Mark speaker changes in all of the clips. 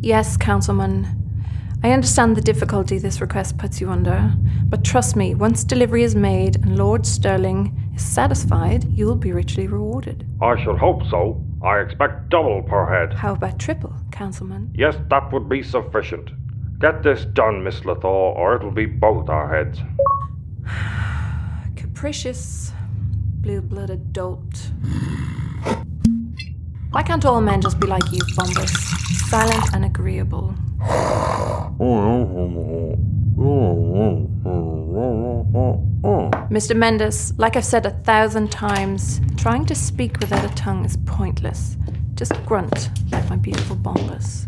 Speaker 1: Yes, Councilman. I understand the difficulty this request puts you under, but trust me, once delivery is made and Lord Sterling is satisfied, you will be richly rewarded.
Speaker 2: I shall hope so. I expect double per head.
Speaker 1: How about triple, Councilman?
Speaker 2: Yes, that would be sufficient. Get this done, Miss Lethal, or it'll be both our heads.
Speaker 1: Capricious, blue blooded dolt. Why can't all men just be like you, Bombus? Silent and agreeable. Mr. Mendes, like I've said a thousand times, trying to speak without a tongue is pointless. Just grunt like my beautiful Bombus.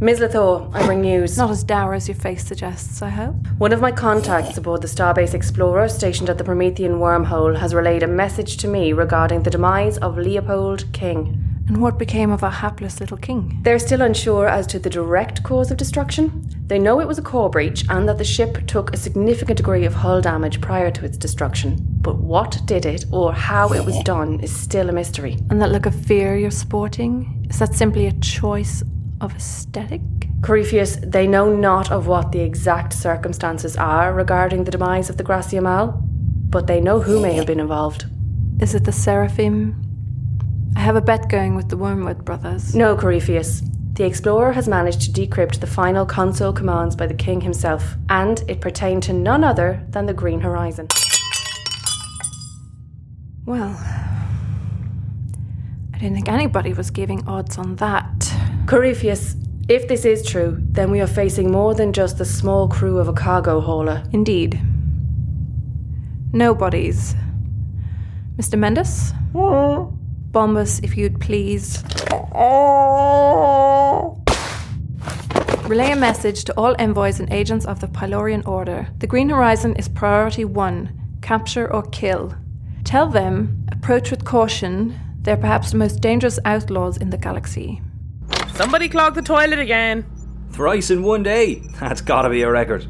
Speaker 3: Ms. Lethor, I bring news.
Speaker 1: Not as dour as your face suggests, I hope.
Speaker 3: One of my contacts aboard the Starbase Explorer stationed at the Promethean wormhole has relayed a message to me regarding the demise of Leopold King.
Speaker 1: And what became of our hapless little king?
Speaker 3: They're still unsure as to the direct cause of destruction. They know it was a core breach and that the ship took a significant degree of hull damage prior to its destruction. But what did it or how it was done is still a mystery.
Speaker 1: And that look of fear you're sporting? Is that simply a choice of aesthetic?
Speaker 3: Corypheus, they know not of what the exact circumstances are regarding the demise of the Graciamal, but they know who may have been involved.
Speaker 1: Is it the seraphim? I have a bet going with the Wormwood brothers.
Speaker 3: No, Corypheus. The explorer has managed to decrypt the final console commands by the king himself, and it pertained to none other than the Green Horizon.
Speaker 1: Well, I didn't think anybody was giving odds on that.
Speaker 3: Corypheus, if this is true, then we are facing more than just the small crew of a cargo hauler.
Speaker 1: Indeed. Nobody's. Mr. Mendes? Bombus, if you'd please. Relay a message to all envoys and agents of the Pylorian Order. The Green Horizon is priority one capture or kill. Tell them, approach with caution, they're perhaps the most dangerous outlaws in the galaxy.
Speaker 4: Somebody clog the toilet again.
Speaker 5: Thrice in one day. That's gotta be a record.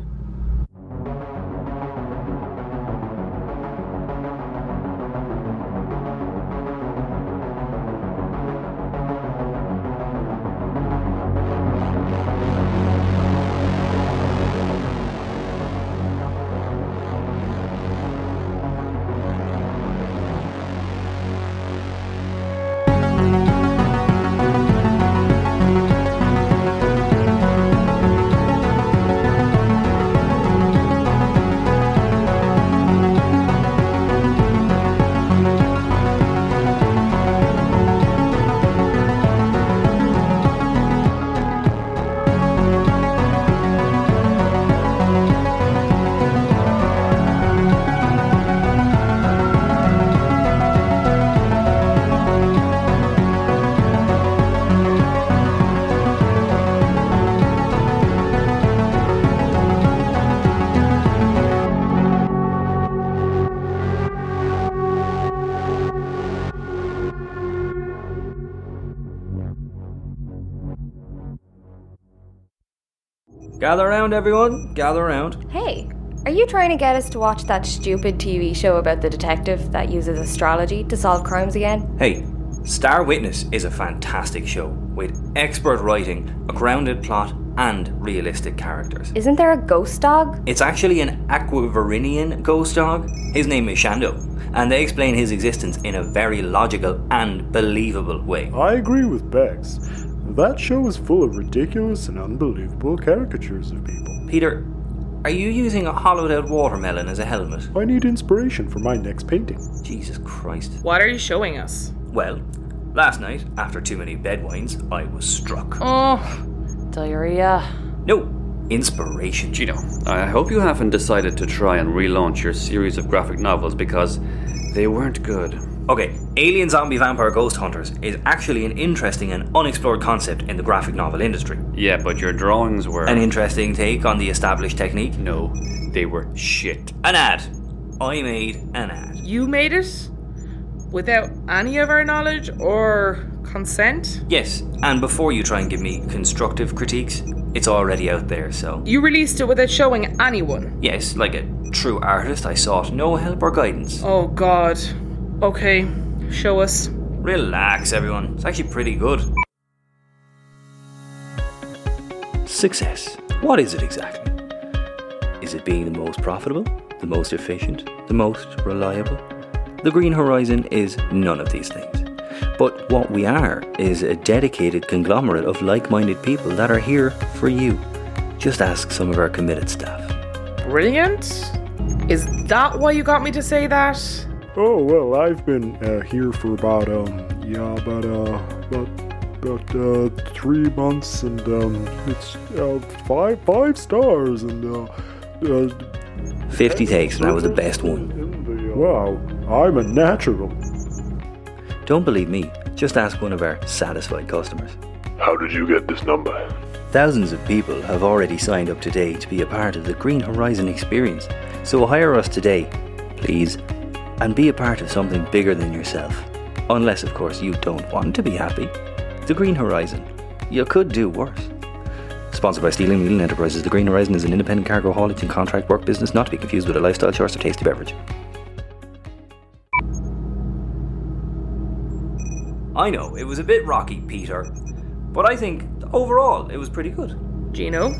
Speaker 5: Gather round, everyone. Gather round.
Speaker 6: Hey, are you trying to get us to watch that stupid TV show about the detective that uses astrology to solve crimes again?
Speaker 5: Hey, Star Witness is a fantastic show with expert writing, a grounded plot, and realistic characters.
Speaker 6: Isn't there a ghost dog?
Speaker 5: It's actually an Aquavirinian ghost dog. His name is Shando, and they explain his existence in a very logical and believable way.
Speaker 7: I agree with Bex. That show is full of ridiculous and unbelievable caricatures of people.
Speaker 5: Peter, are you using a hollowed out watermelon as a helmet?
Speaker 7: I need inspiration for my next painting.
Speaker 5: Jesus Christ.
Speaker 4: What are you showing us?
Speaker 5: Well, last night, after too many bed wines, I was struck.
Speaker 4: Oh,
Speaker 3: Diarrhea.
Speaker 5: No, inspiration.
Speaker 8: Gino, I hope you haven't decided to try and relaunch your series of graphic novels because they weren't good.
Speaker 5: Okay, Alien Zombie Vampire Ghost Hunters is actually an interesting and unexplored concept in the graphic novel industry.
Speaker 8: Yeah, but your drawings were.
Speaker 5: An interesting take on the established technique.
Speaker 8: no, they were shit.
Speaker 5: An ad. I made an ad.
Speaker 4: you made it? Without any of our knowledge or consent?
Speaker 5: Yes, and before you try and give me constructive critiques, it's already out there, so.
Speaker 4: You released it without showing anyone.
Speaker 5: Yes, like a true artist, I sought no help or guidance.
Speaker 4: Oh, God. Okay, show us.
Speaker 5: Relax, everyone. It's actually pretty good. Success. What is it exactly? Is it being the most profitable, the most efficient, the most reliable? The Green Horizon is none of these things. But what we are is a dedicated conglomerate of like minded people that are here for you. Just ask some of our committed staff.
Speaker 4: Brilliant? Is that why you got me to say that?
Speaker 7: Oh well, I've been uh, here for about um yeah about uh about about uh three months and um it's uh five five stars and uh, uh
Speaker 5: 50 takes, and I was the best one.
Speaker 7: wow I'm a natural.
Speaker 5: Don't believe me, just ask one of our satisfied customers.
Speaker 9: How did you get this number?
Speaker 5: Thousands of people have already signed up today to be a part of the Green Horizon experience, so hire us today, please, and be a part of something bigger than yourself. Unless, of course, you don't want to be happy. The Green Horizon. You could do worse. Sponsored by Steeling Wheeling Enterprises, The Green Horizon is an independent cargo haulage and contract work business not to be confused with a lifestyle choice or tasty beverage. I know, it was a bit rocky, Peter, but I think overall it was pretty good.
Speaker 4: Gino,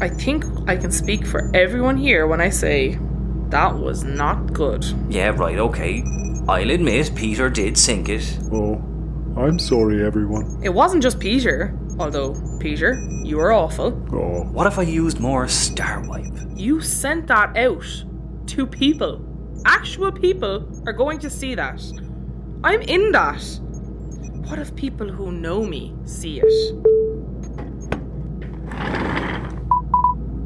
Speaker 4: I think I can speak for everyone here when I say that was not good.
Speaker 5: Yeah, right, okay. I'll admit Peter did sink it.
Speaker 7: Oh, I'm sorry everyone.
Speaker 4: It wasn't just Peter, although, Peter, you were awful.
Speaker 7: Oh
Speaker 5: What if I used more Star Wipe?
Speaker 4: You sent that out to people. Actual people are going to see that. I'm in that. What if people who know me see it?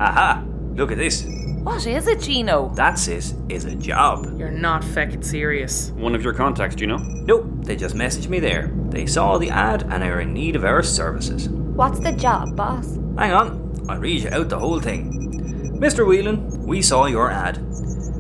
Speaker 5: Aha! Look at this.
Speaker 10: What is it, Gino?
Speaker 5: That's it, is a job.
Speaker 4: You're not feckin' serious.
Speaker 8: One of your contacts, do you know?
Speaker 5: Nope, they just messaged me there. They saw the ad and are in need of our services.
Speaker 6: What's the job, boss?
Speaker 5: Hang on, I'll read you out the whole thing. Mr. Whelan, we saw your ad.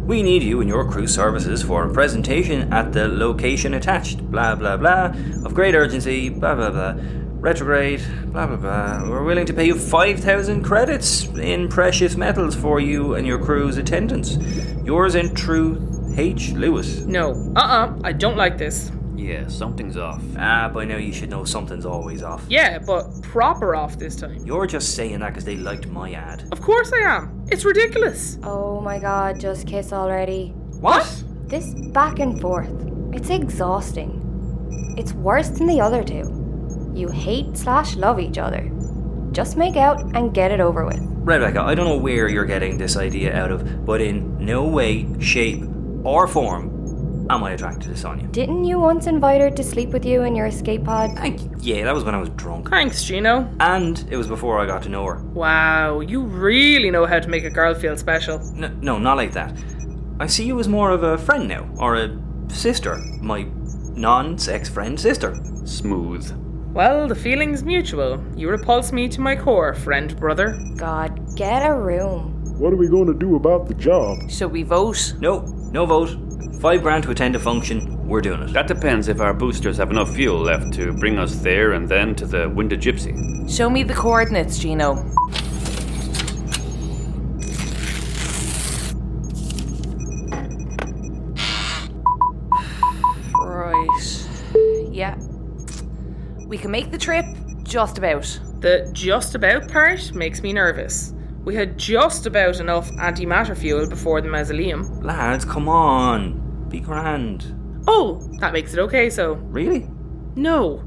Speaker 5: We need you and your crew services for a presentation at the location attached, blah blah blah, of great urgency, blah blah blah, retrograde, blah blah blah. We're willing to pay you 5,000 credits in precious metals for you and your crew's attendance. Yours in true H. Lewis.
Speaker 4: No. Uh uh I don't like this.
Speaker 8: Yeah, something's off.
Speaker 5: Ah, by now you should know something's always off.
Speaker 4: Yeah, but proper off this time.
Speaker 5: You're just saying that because they liked my ad.
Speaker 4: Of course I am. It's ridiculous.
Speaker 6: Oh my god, just kiss already.
Speaker 4: What?
Speaker 6: This back and forth, it's exhausting. It's worse than the other two. You hate slash love each other. Just make out and get it over with.
Speaker 5: Rebecca, I don't know where you're getting this idea out of, but in no way, shape, or form am I attracted to Sonia.
Speaker 6: Didn't you once invite her to sleep with you in your escape pod?
Speaker 5: I, yeah, that was when I was drunk.
Speaker 4: Thanks, Gino.
Speaker 5: And it was before I got to know her.
Speaker 4: Wow, you really know how to make a girl feel special.
Speaker 5: N- no, not like that. I see you as more of a friend now, or a sister. My non sex friend sister.
Speaker 8: Smooth.
Speaker 4: Well, the feeling's mutual. You repulse me to my core, friend brother.
Speaker 6: God, get a room.
Speaker 7: what are we going to do about the job?
Speaker 10: Shall we vote?
Speaker 5: No, no vote. Five grand to attend a function. We're doing it.
Speaker 8: That depends if our boosters have enough fuel left to bring us there and then to the Winda Gypsy.
Speaker 10: Show me the coordinates, Gino. Right. Yeah. We can make the trip, just about.
Speaker 4: The just about part makes me nervous. We had just about enough antimatter fuel before the mausoleum.
Speaker 5: Lads, come on. Be grand.
Speaker 4: Oh, that makes it okay, so.
Speaker 5: Really?
Speaker 4: No.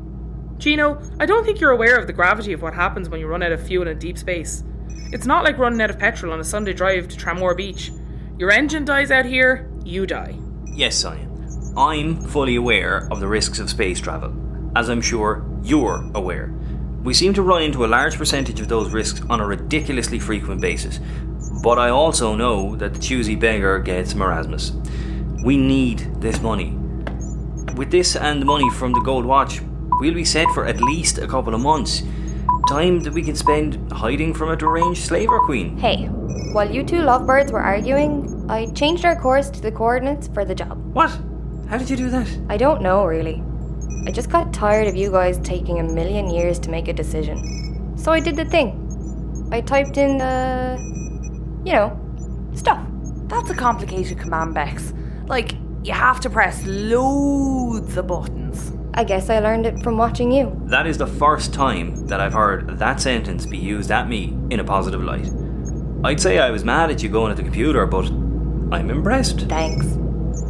Speaker 4: Gino, I don't think you're aware of the gravity of what happens when you run out of fuel in deep space. It's not like running out of petrol on a Sunday drive to Tramore Beach. Your engine dies out here, you die.
Speaker 5: Yes, Sonia. I'm fully aware of the risks of space travel, as I'm sure you're aware. We seem to run into a large percentage of those risks on a ridiculously frequent basis, but I also know that the choosy beggar gets marasmus. We need this money. With this and the money from the gold watch, we'll be set for at least a couple of months. Time that we can spend hiding from a deranged slaver queen.
Speaker 6: Hey, while you two lovebirds were arguing, I changed our course to the coordinates for the job.
Speaker 5: What? How did you do that?
Speaker 6: I don't know, really. I just got tired of you guys taking a million years to make a decision. So I did the thing. I typed in uh, the. you know, stuff.
Speaker 10: That's a complicated command, Bex. Like, you have to press loads of buttons.
Speaker 6: I guess I learned it from watching you.
Speaker 5: That is the first time that I've heard that sentence be used at me in a positive light. I'd say I was mad at you going at the computer, but I'm impressed.
Speaker 6: Thanks.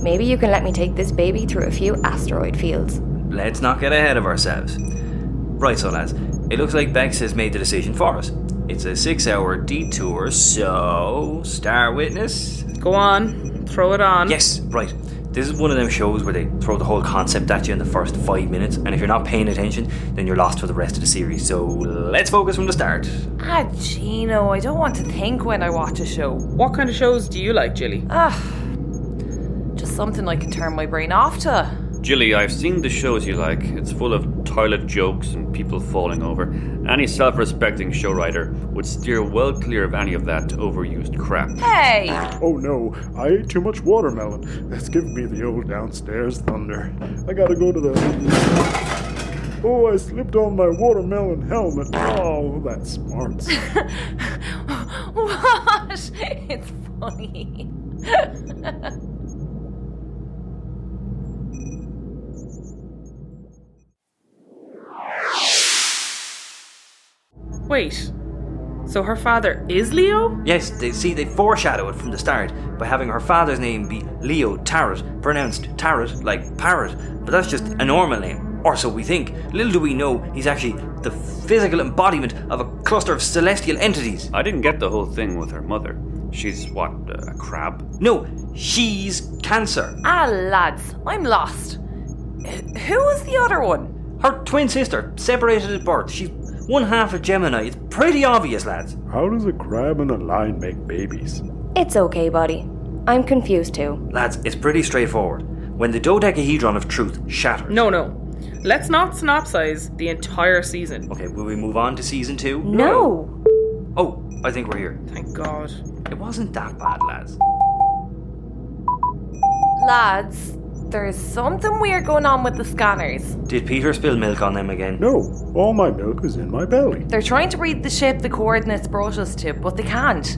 Speaker 6: Maybe you can let me take this baby through a few asteroid fields.
Speaker 5: Let's not get ahead of ourselves. Right, so lads, it looks like Bex has made the decision for us. It's a six hour detour, so. Star Witness?
Speaker 4: Go on, throw it on.
Speaker 5: Yes, right. This is one of them shows where they throw the whole concept at you in the first five minutes, and if you're not paying attention, then you're lost for the rest of the series. So let's focus from the start.
Speaker 10: Ah, Gino, I don't want to think when I watch a show.
Speaker 4: What kind of shows do you like, Jilly?
Speaker 10: Ah, just something I can turn my brain off to.
Speaker 8: Jilly, I've seen the shows you like. It's full of toilet jokes and people falling over. Any self respecting show writer would steer well clear of any of that overused crap.
Speaker 10: Hey!
Speaker 7: Oh no, I ate too much watermelon. That's giving me the old downstairs thunder. I gotta go to the. Oh, I slipped on my watermelon helmet. Oh, that smarts.
Speaker 10: What? It's funny.
Speaker 4: Wait. So her father is Leo?
Speaker 5: Yes, they see they foreshadow it from the start by having her father's name be Leo Tarrant, pronounced Tarrant like parrot, but that's just a normal name, or so we think. Little do we know he's actually the physical embodiment of a cluster of celestial entities.
Speaker 8: I didn't get the whole thing with her mother. She's what, a crab?
Speaker 5: No, she's Cancer.
Speaker 10: Ah, lads, I'm lost. Wh- Who was the other one?
Speaker 5: Her twin sister, separated at birth. She's one half of Gemini. It's pretty obvious, lads.
Speaker 7: How does a crab and a lion make babies?
Speaker 6: It's okay, buddy. I'm confused too.
Speaker 5: Lads, it's pretty straightforward. When the dodecahedron of truth shatters.
Speaker 4: No, no. Let's not synopsize the entire season.
Speaker 5: Okay, will we move on to season two?
Speaker 6: No!
Speaker 5: Oh, I think we're here.
Speaker 4: Thank God.
Speaker 5: It wasn't that bad, lads.
Speaker 10: Lads, there's something weird going on with the scanners.
Speaker 5: Did Peter spill milk on them again?
Speaker 7: No, all my milk is in my belly.
Speaker 10: They're trying to read the ship the coordinates brought us to, but they can't.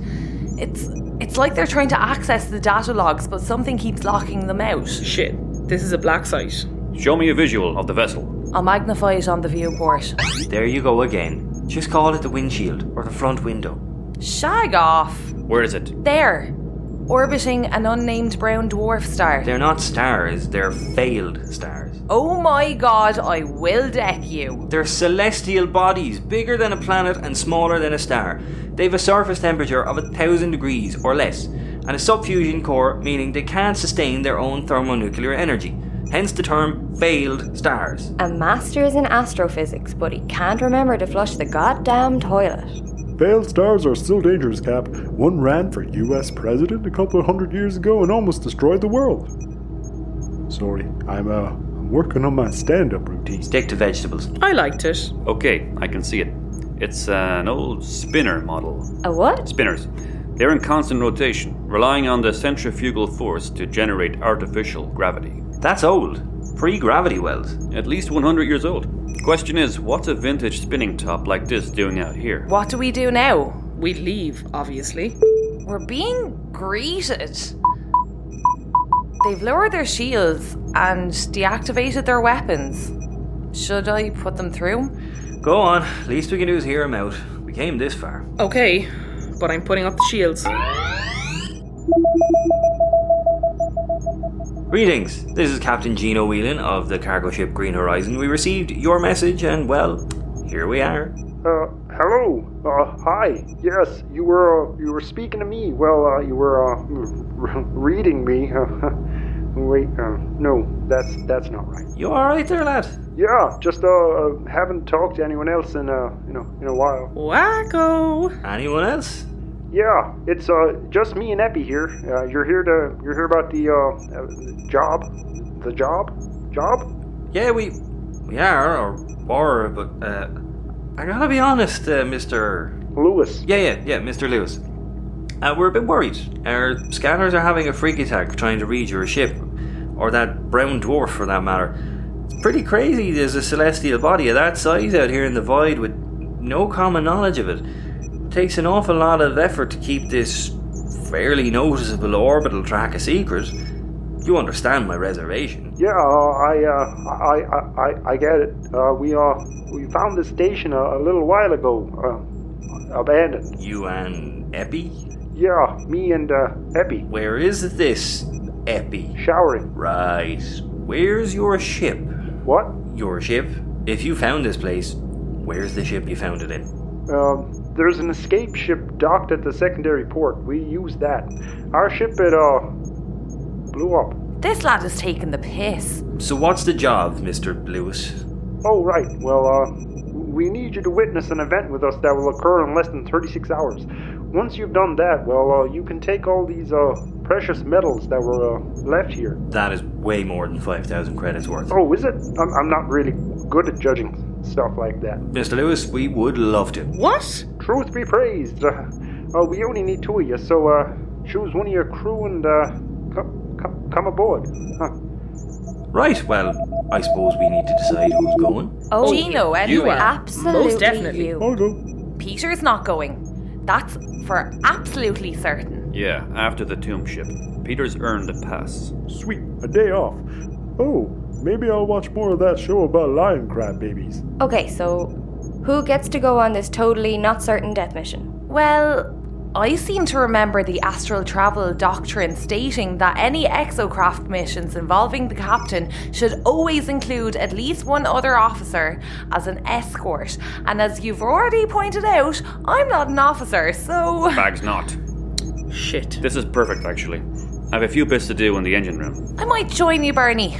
Speaker 10: It's it's like they're trying to access the data logs, but something keeps locking them out.
Speaker 4: Shit. This is a black site.
Speaker 8: Show me a visual of the vessel.
Speaker 10: I'll magnify it on the viewport.
Speaker 5: There you go again. Just call it the windshield or the front window.
Speaker 10: Shag off.
Speaker 8: Where is it?
Speaker 10: There. Orbiting an unnamed brown dwarf star.
Speaker 5: They're not stars, they're failed stars.
Speaker 10: Oh my god, I will deck you.
Speaker 5: They're celestial bodies, bigger than a planet and smaller than a star. They've a surface temperature of a thousand degrees or less, and a subfusion core, meaning they can't sustain their own thermonuclear energy. Hence the term failed stars.
Speaker 6: A master's in astrophysics, but he can't remember to flush the goddamn toilet.
Speaker 7: Failed stars are still dangerous, Cap. One ran for US president a couple of hundred years ago and almost destroyed the world. Sorry, I'm, uh, I'm working on my stand up routine.
Speaker 5: Stick to vegetables.
Speaker 4: I liked it.
Speaker 8: Okay, I can see it. It's uh, an old spinner model.
Speaker 6: A what?
Speaker 8: Spinners. They're in constant rotation, relying on the centrifugal force to generate artificial gravity.
Speaker 5: That's old. Pre gravity wells.
Speaker 8: At least 100 years old. Question is, what's a vintage spinning top like this doing out here?
Speaker 10: What do we do now?
Speaker 4: We leave, obviously.
Speaker 10: We're being greeted. They've lowered their shields and deactivated their weapons. Should I put them through?
Speaker 5: Go on, least we can do is hear him out. We came this far.
Speaker 4: Okay, but I'm putting up the shields.
Speaker 5: Greetings, this is Captain Gino Whelan of the cargo ship Green Horizon. We received your message, and well, here we are.
Speaker 11: Uh, hello. Uh, hi. Yes, you were uh, you were speaking to me. Well, uh, you were uh, reading me. Wait, uh, no, that's that's not right.
Speaker 5: You alright there, lad?
Speaker 11: Yeah, just uh, uh, haven't talked to anyone else in uh, you know, in a while.
Speaker 4: Wacko!
Speaker 5: Anyone else?
Speaker 11: Yeah, it's uh, just me and Epi here. Uh, you're here to you're here about the uh, uh, job, the job, job.
Speaker 5: Yeah, we we are, or are, but uh, I gotta be honest, uh, Mister.
Speaker 11: Lewis.
Speaker 5: Yeah, yeah, yeah, Mister Lewis. Uh, we're a bit worried. Our scanners are having a freak attack trying to read your ship, or that brown dwarf for that matter. It's pretty crazy. There's a celestial body of that size out here in the void with no common knowledge of it. Takes an awful lot of effort to keep this fairly noticeable orbital track a secret. You understand my reservation.
Speaker 11: Yeah, uh, I, uh, I, I, I, I get it. Uh, we uh, we found this station a, a little while ago, uh, abandoned.
Speaker 5: You and Epi?
Speaker 11: Yeah, me and uh, Epi.
Speaker 5: Where is this Epi?
Speaker 11: Showering.
Speaker 5: Right. Where's your ship?
Speaker 11: What?
Speaker 5: Your ship? If you found this place, where's the ship you found it in?
Speaker 11: Um, there's an escape ship docked at the secondary port. We use that. Our ship it uh blew up.
Speaker 10: This lad is taking the piss.
Speaker 5: So what's the job, Mr. Lewis?
Speaker 11: Oh right. Well, uh, we need you to witness an event with us that will occur in less than 36 hours. Once you've done that, well, uh, you can take all these uh precious metals that were uh, left here.
Speaker 5: That is way more than 5,000 credits worth.
Speaker 11: Oh, is it? I'm, I'm not really good at judging stuff like that.
Speaker 5: Mr. Lewis, we would love to.
Speaker 4: What?
Speaker 11: Truth be praised. Uh, uh, we only need two of you, so uh, choose one of your crew and uh, come, come, come aboard. Huh.
Speaker 5: Right, well, I suppose we need to decide who's going.
Speaker 10: Oh, Gino, anyway.
Speaker 4: you are.
Speaker 10: Absolutely
Speaker 4: Most definitely.
Speaker 10: you.
Speaker 7: I'll go.
Speaker 10: Peter's not going. That's for absolutely certain.
Speaker 8: Yeah, after the tomb ship. Peter's earned a pass.
Speaker 7: Sweet, a day off. Oh, maybe I'll watch more of that show about lion crab babies.
Speaker 6: Okay, so who gets to go on this totally not certain death mission?
Speaker 10: Well, I seem to remember the astral travel doctrine stating that any exocraft missions involving the captain should always include at least one other officer as an escort. And as you've already pointed out, I'm not an officer, so.
Speaker 8: Bag's not.
Speaker 4: Shit.
Speaker 8: This is perfect, actually. I have a few bits to do in the engine room.
Speaker 10: I might join you, Bernie.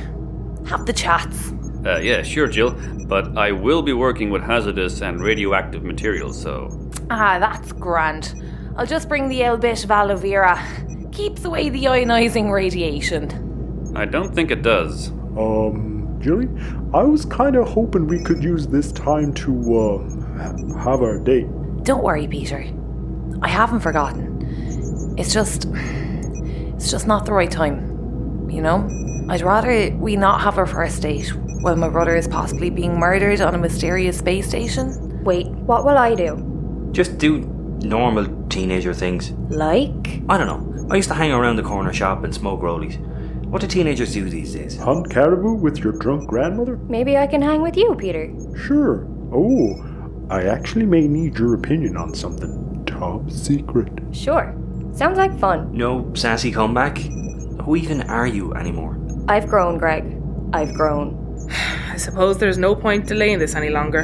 Speaker 10: Have the chats.
Speaker 8: Uh, yeah, sure, Jill, but I will be working with hazardous and radioactive materials, so.
Speaker 10: Ah, that's grand. I'll just bring the L bit of aloe vera. Keeps away the ionizing radiation.
Speaker 8: I don't think it does.
Speaker 7: Um, Jilly, I was kind of hoping we could use this time to, uh, have our date.
Speaker 10: Don't worry, Peter. I haven't forgotten. It's just. It's just not the right time. You know? I'd rather we not have our first date while my brother is possibly being murdered on a mysterious space station.
Speaker 6: Wait, what will I do?
Speaker 5: Just do normal teenager things.
Speaker 6: Like?
Speaker 5: I don't know. I used to hang around the corner shop and smoke rollies. What do teenagers do these days?
Speaker 7: Hunt caribou with your drunk grandmother?
Speaker 6: Maybe I can hang with you, Peter.
Speaker 7: Sure. Oh, I actually may need your opinion on something. Top secret.
Speaker 6: Sure. Sounds like fun.
Speaker 5: No sassy comeback? Who even are you anymore?
Speaker 6: I've grown, Greg. I've grown.
Speaker 4: I suppose there's no point delaying this any longer.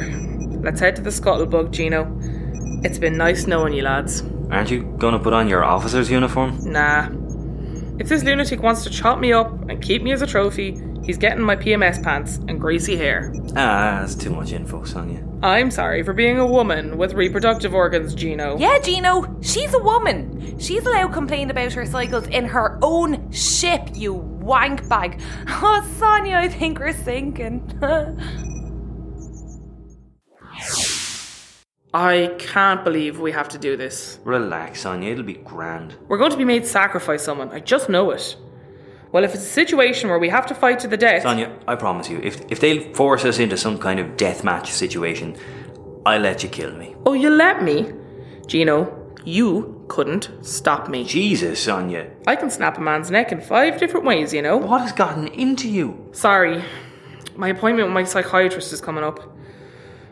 Speaker 4: Let's head to the scuttlebug, Gino. It's been nice knowing you, lads.
Speaker 5: Aren't you gonna put on your officer's uniform?
Speaker 4: Nah. If this lunatic wants to chop me up and keep me as a trophy, he's getting my PMS pants and greasy hair.
Speaker 5: Ah, that's too much info, Sonia.
Speaker 4: I'm sorry for being a woman with reproductive organs, Gino.
Speaker 10: Yeah, Gino, she's a woman. She's allowed complain about her cycles in her own ship, you wank bag. Oh, Sonia, I think we're sinking.
Speaker 4: I can't believe we have to do this.
Speaker 5: Relax, Sonia, it'll be grand.
Speaker 4: We're going to be made sacrifice someone. I just know it. Well, if it's a situation where we have to fight to the death,
Speaker 5: Sonia, I promise you, if, if they force us into some kind of deathmatch situation, I'll let you kill me.
Speaker 4: oh, you let me, Gino. You couldn't stop me.
Speaker 5: Jesus, Sonia,
Speaker 4: I can snap a man's neck in five different ways, you know.
Speaker 5: what has gotten into you?
Speaker 4: Sorry, my appointment with my psychiatrist is coming up.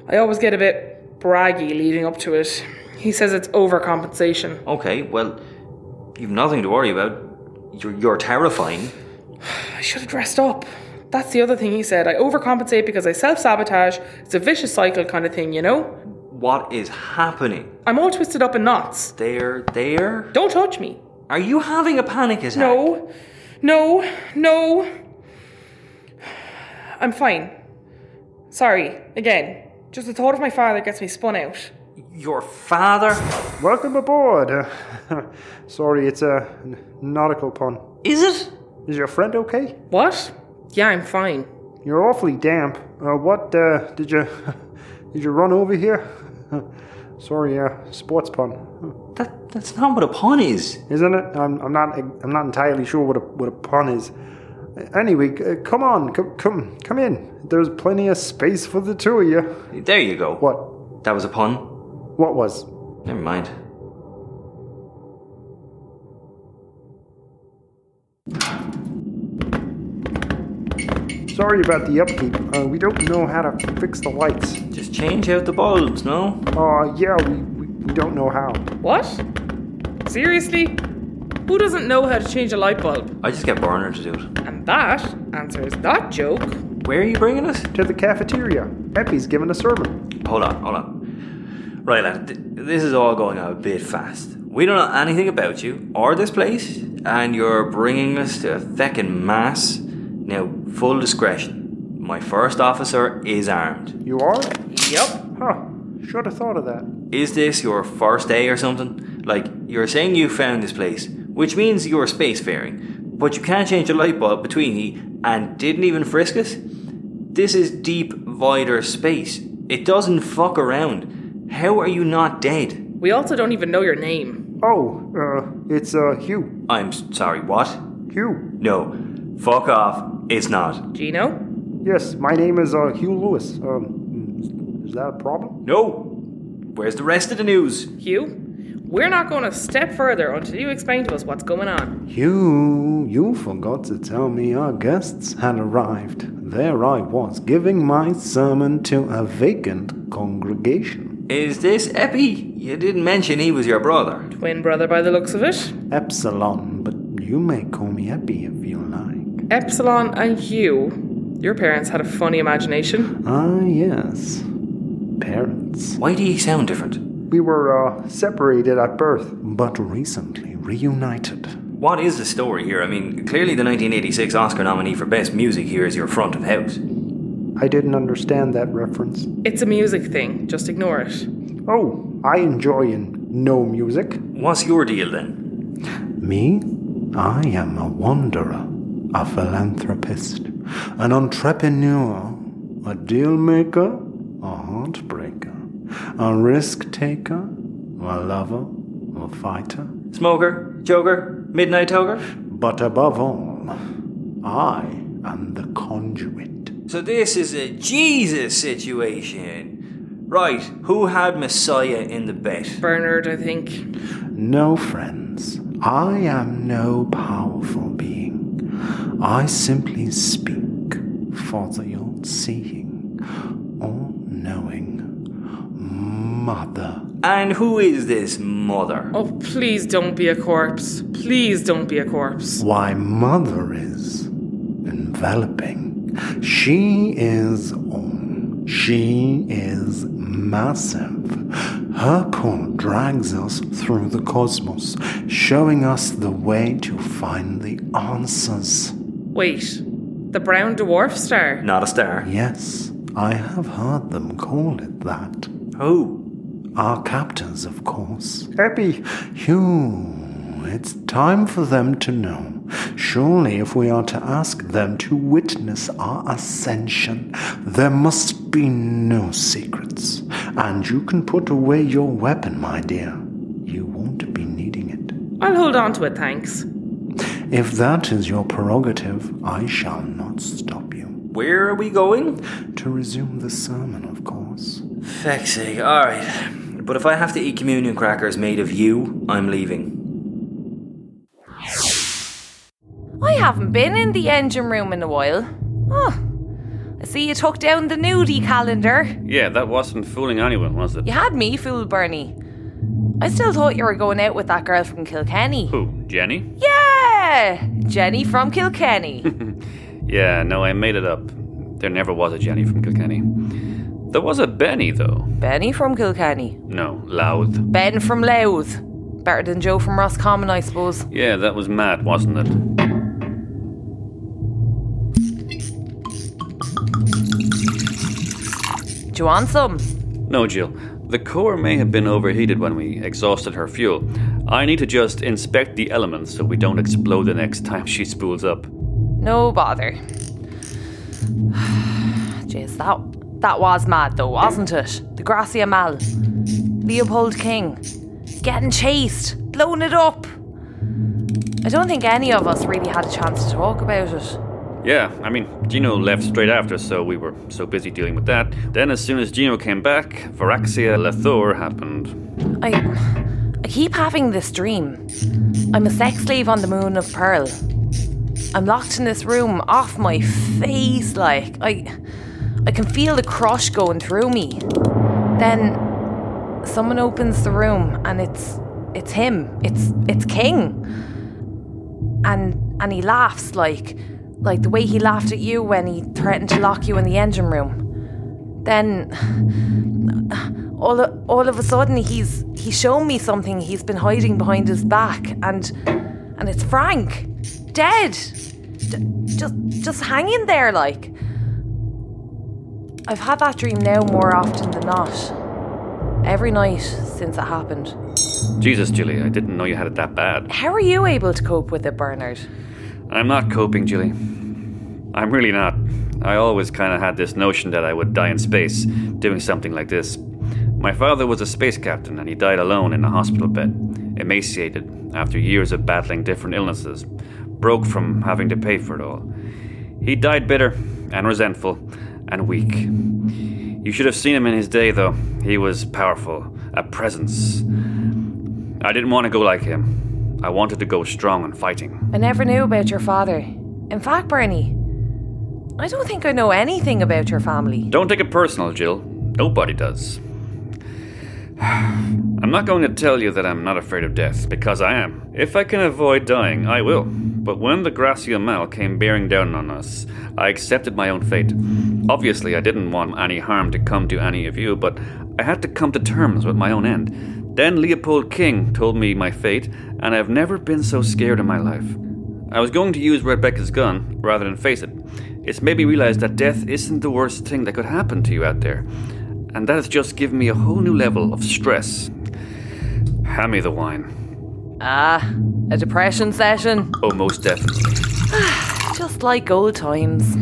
Speaker 4: I always get a bit braggy leading up to it. He says it's overcompensation.
Speaker 5: Okay, well, you've nothing to worry about. You're, you're terrifying.
Speaker 4: I should have dressed up. That's the other thing he said. I overcompensate because I self sabotage. It's a vicious cycle kind of thing, you know?
Speaker 5: What is happening?
Speaker 4: I'm all twisted up in knots.
Speaker 5: There, there.
Speaker 4: Don't touch me.
Speaker 5: Are you having a panic attack?
Speaker 4: No, no, no. I'm fine. Sorry, again. Just the thought of my father gets me spun out.
Speaker 5: Your father?
Speaker 11: Welcome aboard. Uh, sorry, it's a n- nautical pun.
Speaker 5: Is it?
Speaker 11: Is your friend okay?
Speaker 4: What? Yeah, I'm fine.
Speaker 11: You're awfully damp. Uh, what uh, did you did you run over here? sorry, uh, sports pun,
Speaker 5: That that's not what a pun is.
Speaker 11: isn't it? I'm, I'm not I'm not entirely sure what a what a pun is. Anyway, c- uh, come on, come come come in. There's plenty of space for the two of you.
Speaker 5: There you go.
Speaker 11: What?
Speaker 5: That was a pun.
Speaker 11: What was?
Speaker 5: Never mind.
Speaker 11: Sorry about the upkeep. Uh, we don't know how to fix the lights.
Speaker 5: Just change out the bulbs, no?
Speaker 11: Uh, yeah, we, we, we don't know how.
Speaker 4: What? Seriously? Who doesn't know how to change a light bulb?
Speaker 5: I just get Barner to do it.
Speaker 4: And that answers that joke.
Speaker 5: Where are you bringing us?
Speaker 11: To the cafeteria. Eppy's giving a sermon.
Speaker 5: Hold on, hold on. Right, lad, th- this is all going a bit fast. We don't know anything about you or this place, and you're bringing us to a feckin' mass. Now, full discretion. My first officer is armed.
Speaker 11: You are?
Speaker 4: Yep.
Speaker 11: Huh. Should have thought of that.
Speaker 5: Is this your first day or something? Like, you're saying you found this place, which means you're spacefaring, but you can't change a light bulb between ye and didn't even frisk us? This is deep voider space. It doesn't fuck around. How are you not dead?
Speaker 4: We also don't even know your name.
Speaker 11: Oh, uh, it's, uh, Hugh.
Speaker 5: I'm s- sorry, what?
Speaker 11: Hugh.
Speaker 5: No, fuck off. It's not.
Speaker 4: Gino?
Speaker 11: Yes, my name is, uh, Hugh Lewis. Um, is that a problem?
Speaker 5: No! Where's the rest of the news?
Speaker 4: Hugh? We're not going a step further until you explain to us what's going on.
Speaker 12: You, you forgot to tell me our guests had arrived. There I was giving my sermon to a vacant congregation.
Speaker 5: Is this Epi? You didn't mention he was your brother.
Speaker 4: Twin brother by the looks of it.
Speaker 12: Epsilon, but you may call me Epi if you like.
Speaker 4: Epsilon and Hugh. Your parents had a funny imagination.
Speaker 12: Ah, yes. Parents.
Speaker 5: Why do you sound different?
Speaker 11: We were, uh, separated at birth.
Speaker 12: But recently reunited.
Speaker 5: What is the story here? I mean, clearly the 1986 Oscar nominee for Best Music here is your front of house.
Speaker 11: I didn't understand that reference.
Speaker 4: It's a music thing, just ignore it.
Speaker 11: Oh, I enjoy and no music.
Speaker 5: What's your deal then?
Speaker 12: Me? I am a wanderer, a philanthropist, an entrepreneur, a deal maker, a heartbreaker, a risk taker, a lover, a fighter.
Speaker 5: Smoker? Joker? Midnight Toker?
Speaker 12: But above all, I am the conduit.
Speaker 5: So this is a Jesus situation. Right, who had Messiah in the bet?
Speaker 4: Bernard, I think.
Speaker 12: No friends. I am no powerful being. I simply speak for the all seeing, all knowing Mother.
Speaker 5: And who is this mother?
Speaker 4: Oh, please don't be a corpse. Please don't be a corpse.
Speaker 12: Why, Mother is enveloping. She is all. She is massive. Her pull drags us through the cosmos, showing us the way to find the answers.
Speaker 4: Wait, the brown dwarf star?
Speaker 5: Not a star.
Speaker 12: Yes, I have heard them call it that.
Speaker 5: Who?
Speaker 12: Our captors, of course.
Speaker 11: Epi,
Speaker 12: Phew, it's time for them to know. Surely, if we are to ask them to witness our ascension, there must be no secrets. And you can put away your weapon, my dear. You won't be needing it.
Speaker 4: I'll hold on to it, thanks.
Speaker 12: If that is your prerogative, I shall not stop you.
Speaker 5: Where are we going?
Speaker 12: To resume the sermon, of course.
Speaker 5: Feck's sake, alright. But if I have to eat communion crackers made of you, I'm leaving.
Speaker 10: I haven't been in the engine room in a while. Oh, I see you took down the nudie calendar.
Speaker 8: Yeah, that wasn't fooling anyone, was it?
Speaker 10: You had me fooled, Bernie. I still thought you were going out with that girl from Kilkenny.
Speaker 8: Who, Jenny?
Speaker 10: Yeah! Jenny from Kilkenny.
Speaker 8: Yeah, no, I made it up. There never was a Jenny from Kilkenny. There was a Benny, though.
Speaker 10: Benny from Kilkenny.
Speaker 8: No, Louth.
Speaker 10: Ben from Louth. Better than Joe from Roscommon, I suppose.
Speaker 8: Yeah, that was mad, wasn't it?
Speaker 10: Do you want some?
Speaker 8: No, Jill. The core may have been overheated when we exhausted her fuel. I need to just inspect the elements so we don't explode the next time she spools up.
Speaker 10: No bother. Jeez, that that was mad though, wasn't it? The Gracia Mal. Leopold King. Getting chased. Blowing it up. I don't think any of us really had a chance to talk about it.
Speaker 8: Yeah, I mean, Gino left straight after, so we were so busy dealing with that. Then, as soon as Gino came back, Varaxia Lethor happened.
Speaker 10: I I keep having this dream. I'm a sex slave on the moon of Pearl. I'm locked in this room off my face like I I can feel the crush going through me. Then someone opens the room and it's it's him. It's it's King. And and he laughs like like the way he laughed at you when he threatened to lock you in the engine room. Then all o- all of a sudden he's he's shown me something he's been hiding behind his back and and it's Frank dead J- just just hanging there like I've had that dream now more often than not every night since it happened
Speaker 8: Jesus, Julie, I didn't know you had it that bad.
Speaker 10: how are you able to cope with it Bernard
Speaker 8: I'm not coping, Julie. I'm really not. I always kind of had this notion that I would die in space doing something like this. My father was a space captain and he died alone in a hospital bed, emaciated after years of battling different illnesses, broke from having to pay for it all. He died bitter and resentful and weak. You should have seen him in his day, though. He was powerful, a presence. I didn't want to go like him. I wanted to go strong and fighting.
Speaker 10: I never knew about your father in fact Bernie I don't think I know anything about your family
Speaker 8: Don't take it personal, Jill. Nobody does. I'm not going to tell you that I'm not afraid of death, because I am. If I can avoid dying, I will. But when the Gracia Mal came bearing down on us, I accepted my own fate. Obviously, I didn't want any harm to come to any of you, but I had to come to terms with my own end. Then Leopold King told me my fate, and I've never been so scared in my life. I was going to use Rebecca's gun rather than face it. It's made me realize that death isn't the worst thing that could happen to you out there. And that has just given me a whole new level of stress. Hand me the wine.
Speaker 10: ah a depression session
Speaker 8: Oh, most definitely.
Speaker 10: just like old times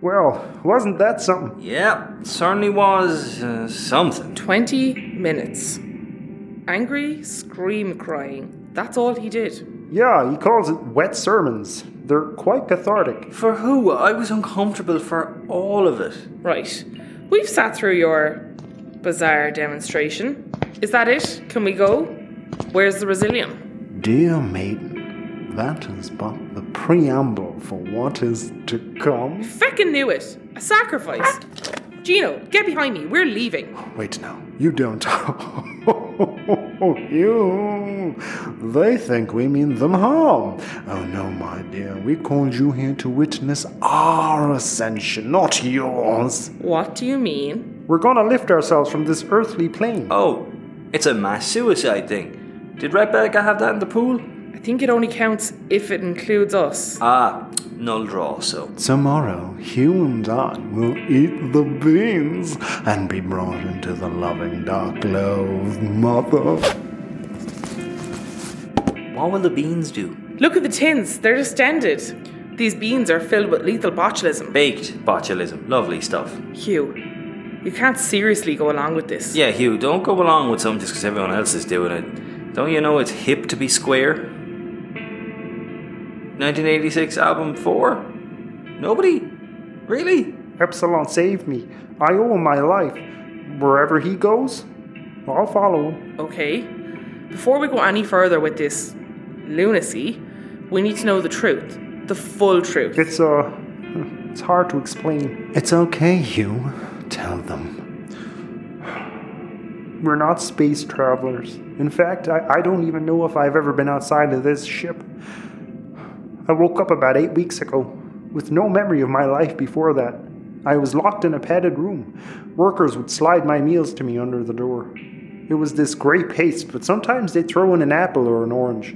Speaker 11: Well, wasn't that something?
Speaker 5: Yep, certainly was uh, something.
Speaker 4: 20 minutes. Angry, scream crying. That's all he did.
Speaker 11: Yeah, he calls it wet sermons. They're quite cathartic.
Speaker 5: For who? I was uncomfortable for all of it.
Speaker 4: Right. We've sat through your bizarre demonstration. Is that it? Can we go? Where's the resilient?
Speaker 12: Dear maiden, that is but the preamble for what is to come.
Speaker 4: Feckin' knew it. A sacrifice. Gino, get behind me. We're leaving.
Speaker 12: Wait now, you don't. you. They think we mean them harm. Oh no, my dear, we called you here to witness our ascension, not yours.
Speaker 4: What do you mean?
Speaker 11: We're gonna lift ourselves from this earthly plane.
Speaker 5: Oh, it's a mass suicide thing. Did Rebecca have that in the pool?
Speaker 4: I think it only counts if it includes us.
Speaker 5: Ah, null draw, so.
Speaker 12: Tomorrow, Hugh and I will eat the beans and be brought into the loving dark glow of Mother.
Speaker 5: What will the beans do?
Speaker 4: Look at the tins. They're distended. These beans are filled with lethal botulism.
Speaker 5: Baked botulism. Lovely stuff.
Speaker 4: Hugh, you can't seriously go along with this.
Speaker 5: Yeah, Hugh, don't go along with something just because everyone else is doing it. Don't you know it's hip to be square? 1986 album 4? Nobody? Really?
Speaker 11: Epsilon saved me. I owe him my life. Wherever he goes, I'll follow him.
Speaker 4: Okay. Before we go any further with this lunacy, we need to know the truth. The full truth.
Speaker 11: It's, uh, it's hard to explain.
Speaker 12: It's okay, Hugh. Tell them.
Speaker 11: We're not space travelers. In fact, I, I don't even know if I've ever been outside of this ship. I woke up about eight weeks ago, with no memory of my life before that. I was locked in a padded room. Workers would slide my meals to me under the door. It was this grey paste, but sometimes they'd throw in an apple or an orange.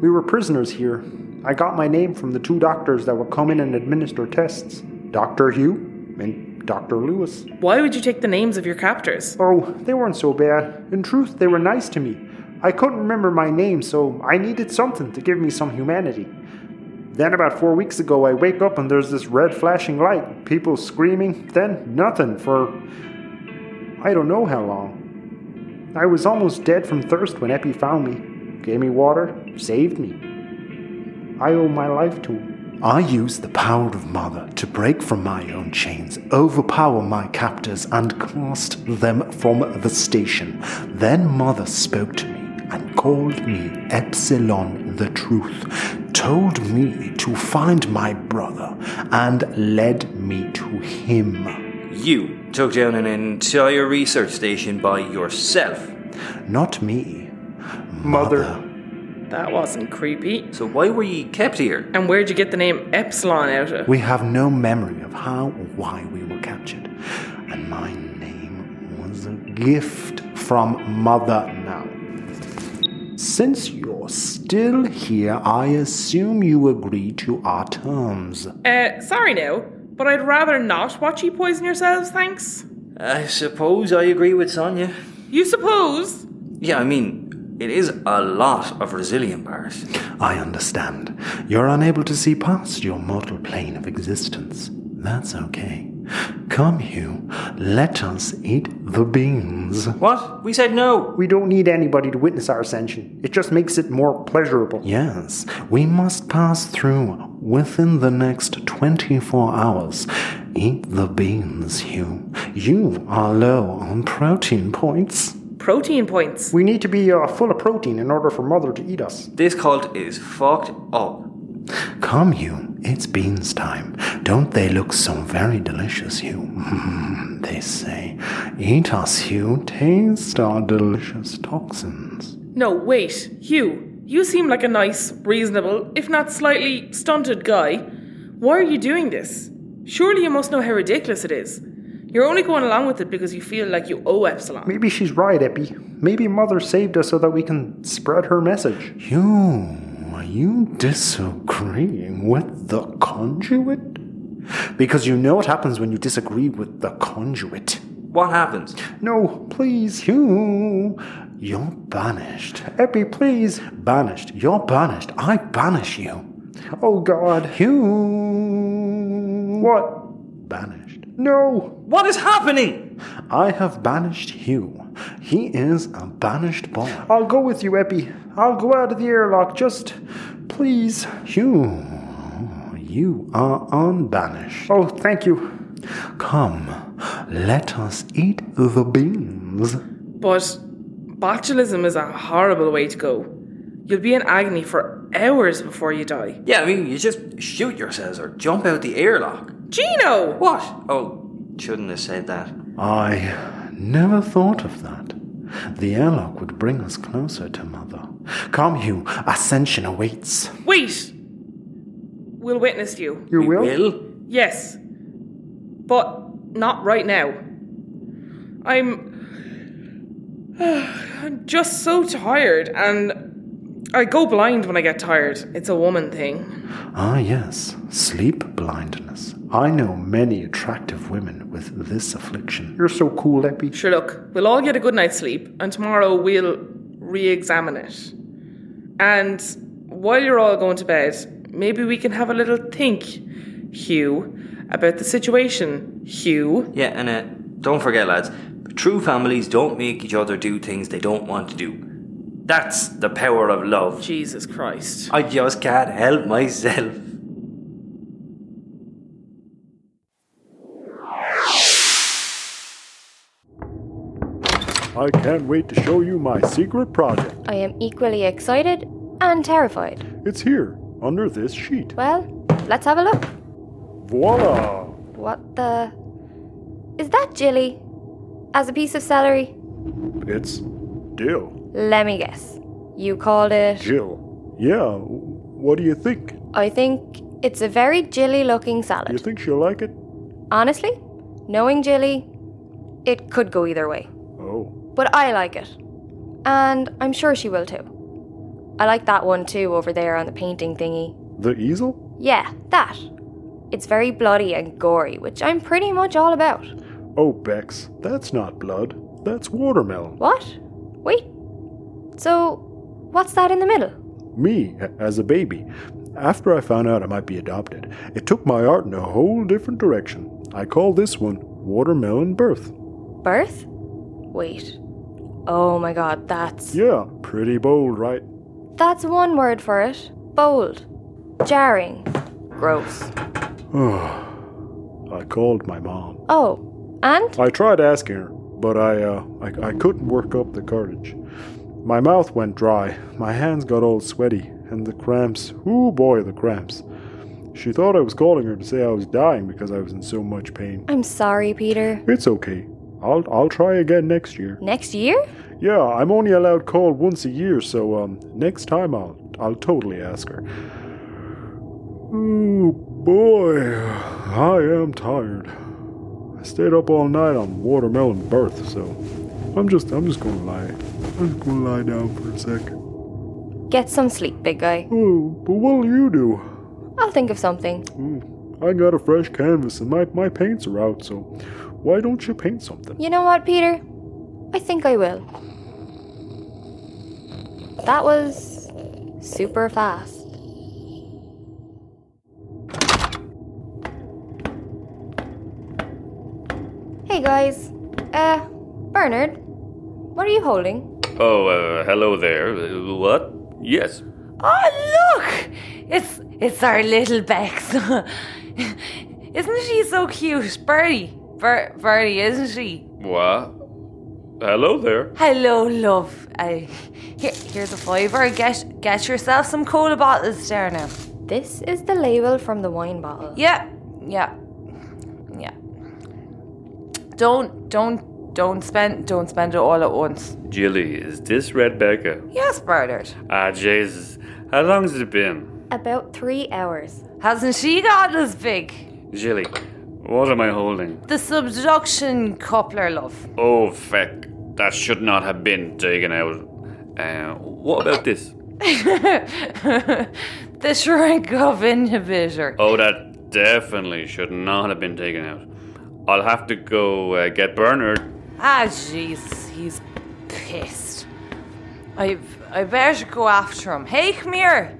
Speaker 11: We were prisoners here. I got my name from the two doctors that would come in and administer tests Dr. Hugh and Dr. Lewis.
Speaker 4: Why would you take the names of your captors?
Speaker 11: Oh, they weren't so bad. In truth, they were nice to me. I couldn't remember my name, so I needed something to give me some humanity. Then, about four weeks ago, I wake up and there's this red flashing light, people screaming, then nothing for I don't know how long. I was almost dead from thirst when Epi found me, gave me water, saved me. I owe my life to him.
Speaker 12: I use the power of Mother to break from my own chains, overpower my captors, and cast them from the station. Then Mother spoke to me and called me Epsilon the Truth, told me to find my brother, and led me to him.
Speaker 5: You took down an entire research station by yourself.
Speaker 12: Not me.
Speaker 5: Mother.
Speaker 4: That wasn't creepy.
Speaker 5: So why were you kept here?
Speaker 4: And where'd you get the name Epsilon out of?
Speaker 12: We have no memory of how or why we were captured, and my name was a gift from Mother now. Since you're still here, I assume you agree to our terms.
Speaker 4: Uh, sorry now, but I'd rather not watch you poison yourselves, thanks.
Speaker 5: I suppose I agree with Sonia.
Speaker 4: You suppose?
Speaker 5: Yeah, I mean, it is a lot of resilient bars.
Speaker 12: I understand. You're unable to see past your mortal plane of existence. That's okay. Come, Hugh. Let us eat the beans.
Speaker 5: What? We said no.
Speaker 11: We don't need anybody to witness our ascension. It just makes it more pleasurable.
Speaker 12: Yes, we must pass through within the next 24 hours. Eat the beans, Hugh. You are low on protein points.
Speaker 4: Protein points.
Speaker 11: We need to be uh, full of protein in order for Mother to eat us.
Speaker 5: This cult is fucked up.
Speaker 12: Come, Hugh. It's beans time. Don't they look so very delicious, Hugh? Mm, they say, Eat us, Hugh. Taste our delicious toxins.
Speaker 4: No, wait, Hugh. You seem like a nice, reasonable, if not slightly stunted guy. Why are you doing this? Surely you must know how ridiculous it is. You're only going along with it because you feel like you owe Epsilon.
Speaker 11: Maybe she's right, Epi. Maybe Mother saved us so that we can spread her message.
Speaker 12: Hugh, are you disagreeing with the conduit? Because you know what happens when you disagree with the conduit.
Speaker 5: What happens?
Speaker 12: No, please, Hugh. You're banished. Epi, please. Banished. You're banished. I banish you.
Speaker 11: Oh, God.
Speaker 12: Hugh.
Speaker 11: What?
Speaker 12: Banished.
Speaker 11: No.
Speaker 5: What is happening?
Speaker 12: I have banished Hugh. He is a banished boy.
Speaker 11: I'll go with you, Epi. I'll go out of the airlock. Just please.
Speaker 12: Hugh. You are unbanished.
Speaker 11: Oh, thank you.
Speaker 12: Come, let us eat the beans.
Speaker 4: But botulism is a horrible way to go. You'll be in agony for hours before you die.
Speaker 5: Yeah, I mean, you just shoot yourselves or jump out the airlock.
Speaker 4: Gino!
Speaker 5: What? Oh, shouldn't have said that.
Speaker 12: I never thought of that. The airlock would bring us closer to Mother. Come, Hugh, ascension awaits.
Speaker 4: Wait! We'll witness you.
Speaker 11: You
Speaker 5: We
Speaker 11: will?
Speaker 5: will?
Speaker 4: Yes. But not right now. I'm. I'm just so tired, and I go blind when I get tired. It's a woman thing.
Speaker 12: Ah, yes, sleep blindness. I know many attractive women with this affliction.
Speaker 11: You're so cool, Epi.
Speaker 4: Sure, look, we'll all get a good night's sleep, and tomorrow we'll re examine it. And while you're all going to bed, maybe we can have a little think, Hugh, about the situation, Hugh.
Speaker 5: Yeah, and uh, don't forget, lads, true families don't make each other do things they don't want to do. That's the power of love.
Speaker 4: Jesus Christ.
Speaker 5: I just can't help myself.
Speaker 7: I can't wait to show you my secret project.
Speaker 6: I am equally excited and terrified.
Speaker 7: It's here, under this sheet.
Speaker 6: Well, let's have a look.
Speaker 7: Voila!
Speaker 6: What the? Is that jelly? As a piece of celery?
Speaker 7: It's dill.
Speaker 6: Let me guess. You called it.
Speaker 7: Jill. Yeah, what do you think?
Speaker 6: I think it's a very jelly looking salad.
Speaker 7: You think she'll like it?
Speaker 6: Honestly, knowing jelly, it could go either way.
Speaker 7: Oh,
Speaker 6: But I like it. And I'm sure she will too. I like that one too over there on the painting thingy.
Speaker 7: the easel?
Speaker 6: Yeah, that. It's very bloody and gory, which I'm pretty much all about.
Speaker 7: Oh, Bex, that's not blood. That's watermelon.
Speaker 6: What? Wait. So, what's that in the middle?
Speaker 7: Me, a- as a baby. After I found out I might be adopted, it took my art in a whole different direction. I call this one Watermelon Birth.
Speaker 6: Birth? Wait. Oh my god, that's.
Speaker 7: Yeah, pretty bold, right?
Speaker 6: That's one word for it. Bold. Jarring. Gross.
Speaker 7: I called my mom.
Speaker 6: Oh, and?
Speaker 7: I tried asking her, but I, uh, I, I couldn't work up the courage. My mouth went dry, my hands got all sweaty, and the cramps oh boy, the cramps. She thought I was calling her to say I was dying because I was in so much pain.
Speaker 6: I'm sorry, Peter.
Speaker 7: It's okay. I'll, I'll try again next year.
Speaker 6: Next year?
Speaker 7: Yeah, I'm only allowed call once a year, so um, next time I'll I'll totally ask her. Oh boy, I am tired. I stayed up all night on watermelon birth, so I'm just I'm just gonna lie. I'm just gonna lie down for a sec.
Speaker 6: Get some sleep, big guy.
Speaker 7: Oh, but what'll you do?
Speaker 6: I'll think of something.
Speaker 7: I got a fresh canvas and my, my paints are out, so why don't you paint something?
Speaker 6: You know what, Peter? I think I will. That was super fast. Hey guys. Uh, Bernard, what are you holding?
Speaker 8: Oh, uh, hello there. Uh, What? Yes.
Speaker 10: Oh, look! It's it's our little Bex. isn't she so cute? Birdie. Bir- Birdie, isn't she?
Speaker 8: What? Hello there.
Speaker 10: Hello, love. I here, here's a fiver. Get get yourself some cola bottles there now.
Speaker 6: This is the label from the wine bottle.
Speaker 10: Yeah, yeah, yeah. Don't don't don't spend don't spend it all at once.
Speaker 8: Jilly, is this Red Becca?
Speaker 10: Yes, Bernard.
Speaker 8: Ah, Jesus. How long's it been?
Speaker 6: About three hours.
Speaker 10: Hasn't she got this big?
Speaker 8: Jilly, what am I holding?
Speaker 10: The subduction coupler, love.
Speaker 8: Oh, feck. That should not have been taken out. Uh, what about this?
Speaker 10: the shrink of inhibitor.
Speaker 8: Oh, that definitely should not have been taken out. I'll have to go uh, get Bernard.
Speaker 10: Ah, jeez, he's pissed. I I better go after him. Hey, come here.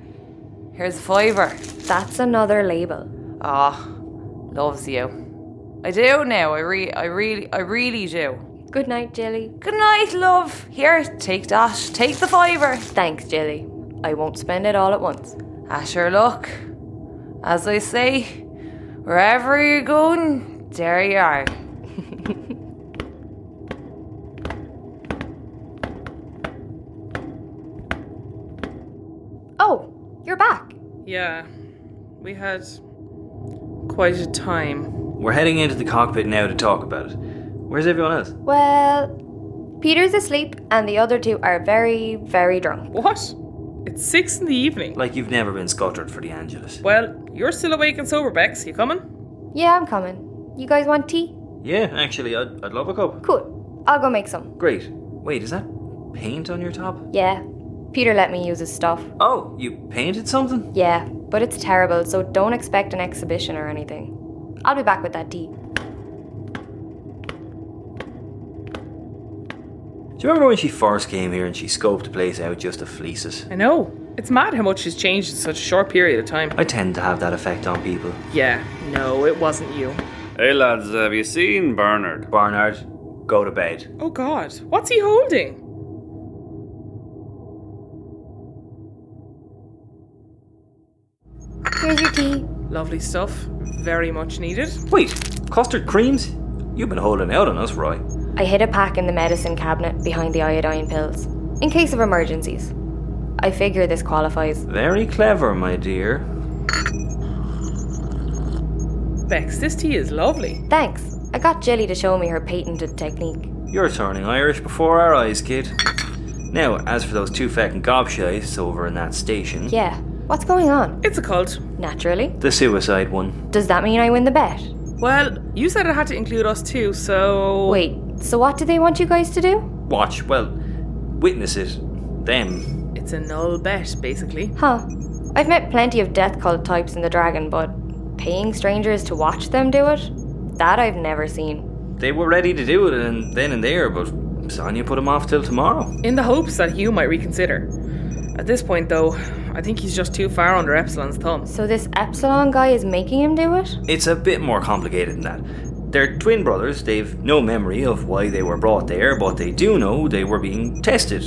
Speaker 10: Here's a fiver.
Speaker 6: That's another label.
Speaker 10: Ah, loves you. I do now. I re I really I really do.
Speaker 6: Good night, Jilly.
Speaker 10: Good night, love. Here, take that. Take the fiver.
Speaker 6: Thanks, Jilly. I won't spend it all at once.
Speaker 10: Ah, sure, look. As I say, wherever you're going, there you are.
Speaker 6: Oh, you're back.
Speaker 4: Yeah, we had quite a time.
Speaker 5: We're heading into the cockpit now to talk about it. Where's everyone else?
Speaker 6: Well, Peter's asleep and the other two are very, very drunk.
Speaker 4: What? It's six in the evening.
Speaker 5: Like you've never been scuttered for the Angelus.
Speaker 4: Well, you're still awake and sober, Bex. You coming?
Speaker 6: Yeah, I'm coming. You guys want tea?
Speaker 5: Yeah, actually, I'd, I'd love a cup.
Speaker 6: Cool. I'll go make some.
Speaker 5: Great. Wait, is that paint on your top?
Speaker 6: Yeah. Peter let me use his stuff.
Speaker 5: Oh, you painted something?
Speaker 6: Yeah, but it's terrible, so don't expect an exhibition or anything. I'll be back with that tea.
Speaker 5: Do you remember when she first came here and she scoped the place out just to fleece us?
Speaker 4: I know. It's mad how much she's changed in such a short period of time.
Speaker 5: I tend to have that effect on people.
Speaker 4: Yeah, no, it wasn't you.
Speaker 8: Hey, lads, have you seen Bernard?
Speaker 5: Barnard, go to bed.
Speaker 4: Oh god, what's he holding?
Speaker 6: Here's your tea.
Speaker 4: Lovely stuff. Very much needed.
Speaker 5: Wait, custard creams? You've been holding out on us, Roy.
Speaker 6: I hid a pack in the medicine cabinet behind the iodine pills, in case of emergencies. I figure this qualifies.
Speaker 5: Very clever, my dear.
Speaker 4: Bex, this tea is lovely. Hmm?
Speaker 6: Thanks. I got Jilly to show me her patented technique.
Speaker 5: You're turning Irish before our eyes, kid. Now, as for those two feckin' gobshites over in that station,
Speaker 6: Yeah. What's going on?
Speaker 4: It's a cult.
Speaker 6: Naturally.
Speaker 5: the suicide one.
Speaker 6: Does that mean I win the bet?
Speaker 4: Well, you said it had to include us too, so.
Speaker 6: Wait, so what do they want you guys to do?
Speaker 5: Watch, well, witness it. Them.
Speaker 4: It's a null bet, basically.
Speaker 6: Huh. I've met plenty of death cult types in the dragon, but paying strangers to watch them do it? That I've never seen.
Speaker 5: They were ready to do it and then and there, but Sonia put them off till tomorrow.
Speaker 4: In the hopes that Hugh might reconsider. At this point, though, I think he's just too far under Epsilon's thumb.
Speaker 6: So this Epsilon guy is making him do it?
Speaker 5: It's a bit more complicated than that. They're twin brothers, they've no memory of why they were brought there, but they do know they were being tested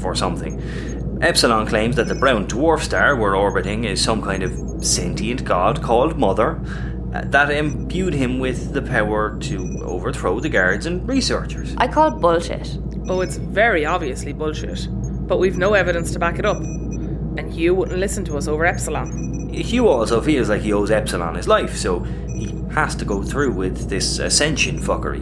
Speaker 5: for something. Epsilon claims that the brown dwarf star we're orbiting is some kind of sentient god called Mother uh, that imbued him with the power to overthrow the guards and researchers.
Speaker 6: I call bullshit.
Speaker 4: Oh, it's very obviously bullshit. But we've no evidence to back it up. And Hugh wouldn't listen to us over Epsilon.
Speaker 5: Hugh also feels like he owes Epsilon his life, so he has to go through with this ascension fuckery.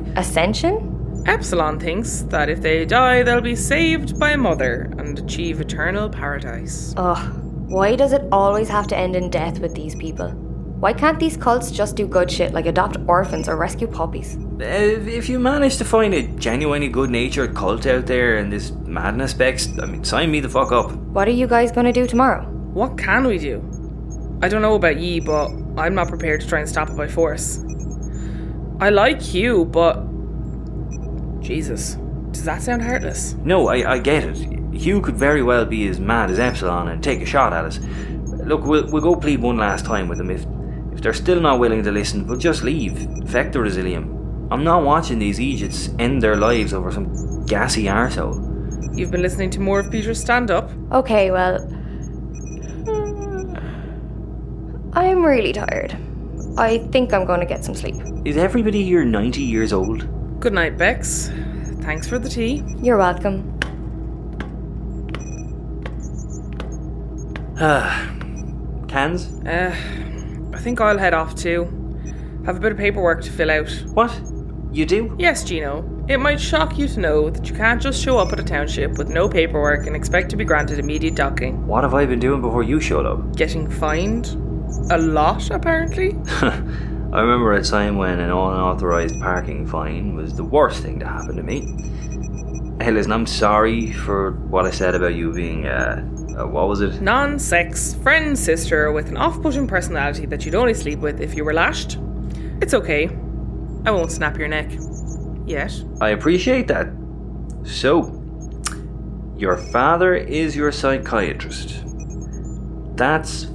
Speaker 6: Ascension?
Speaker 4: Epsilon thinks that if they die, they'll be saved by Mother and achieve eternal paradise.
Speaker 6: Ugh. Why does it always have to end in death with these people? Why can't these cults just do good shit like adopt orphans or rescue puppies?
Speaker 5: Uh, if you manage to find a genuinely good natured cult out there and this madness specs, I mean, sign me the fuck up.
Speaker 6: What are you guys gonna do tomorrow?
Speaker 4: What can we do? I don't know about ye, but I'm not prepared to try and stop it by force. I like you, but. Jesus. Does that sound heartless?
Speaker 5: No, I, I get it. Hugh could very well be as mad as Epsilon and take a shot at us. Look, we'll, we'll go plead one last time with them. If, if they're still not willing to listen, we'll just leave. Feck the Resilium. I'm not watching these Egypts end their lives over some gassy arsehole.
Speaker 4: You've been listening to more of Peter's stand up.
Speaker 6: Okay, well. I'm really tired. I think I'm gonna get some sleep.
Speaker 5: Is everybody here 90 years old?
Speaker 4: Good night, Bex. Thanks for the tea.
Speaker 6: You're welcome.
Speaker 5: Ah, Cans?
Speaker 4: Uh, I think I'll head off too. Have a bit of paperwork to fill out.
Speaker 5: What? You do?
Speaker 4: Yes, Gino. It might shock you to know that you can't just show up at a township with no paperwork and expect to be granted immediate docking.
Speaker 5: What have I been doing before you showed up?
Speaker 4: Getting fined? A lot, apparently?
Speaker 5: I remember a time when an unauthorized parking fine was the worst thing to happen to me. Hey, listen, I'm sorry for what I said about you being, uh, uh what was it?
Speaker 4: Non sex, friend, sister with an off putting personality that you'd only sleep with if you were lashed. It's okay. I won't snap your neck. Yet.
Speaker 5: I appreciate that. So, your father is your psychiatrist. That's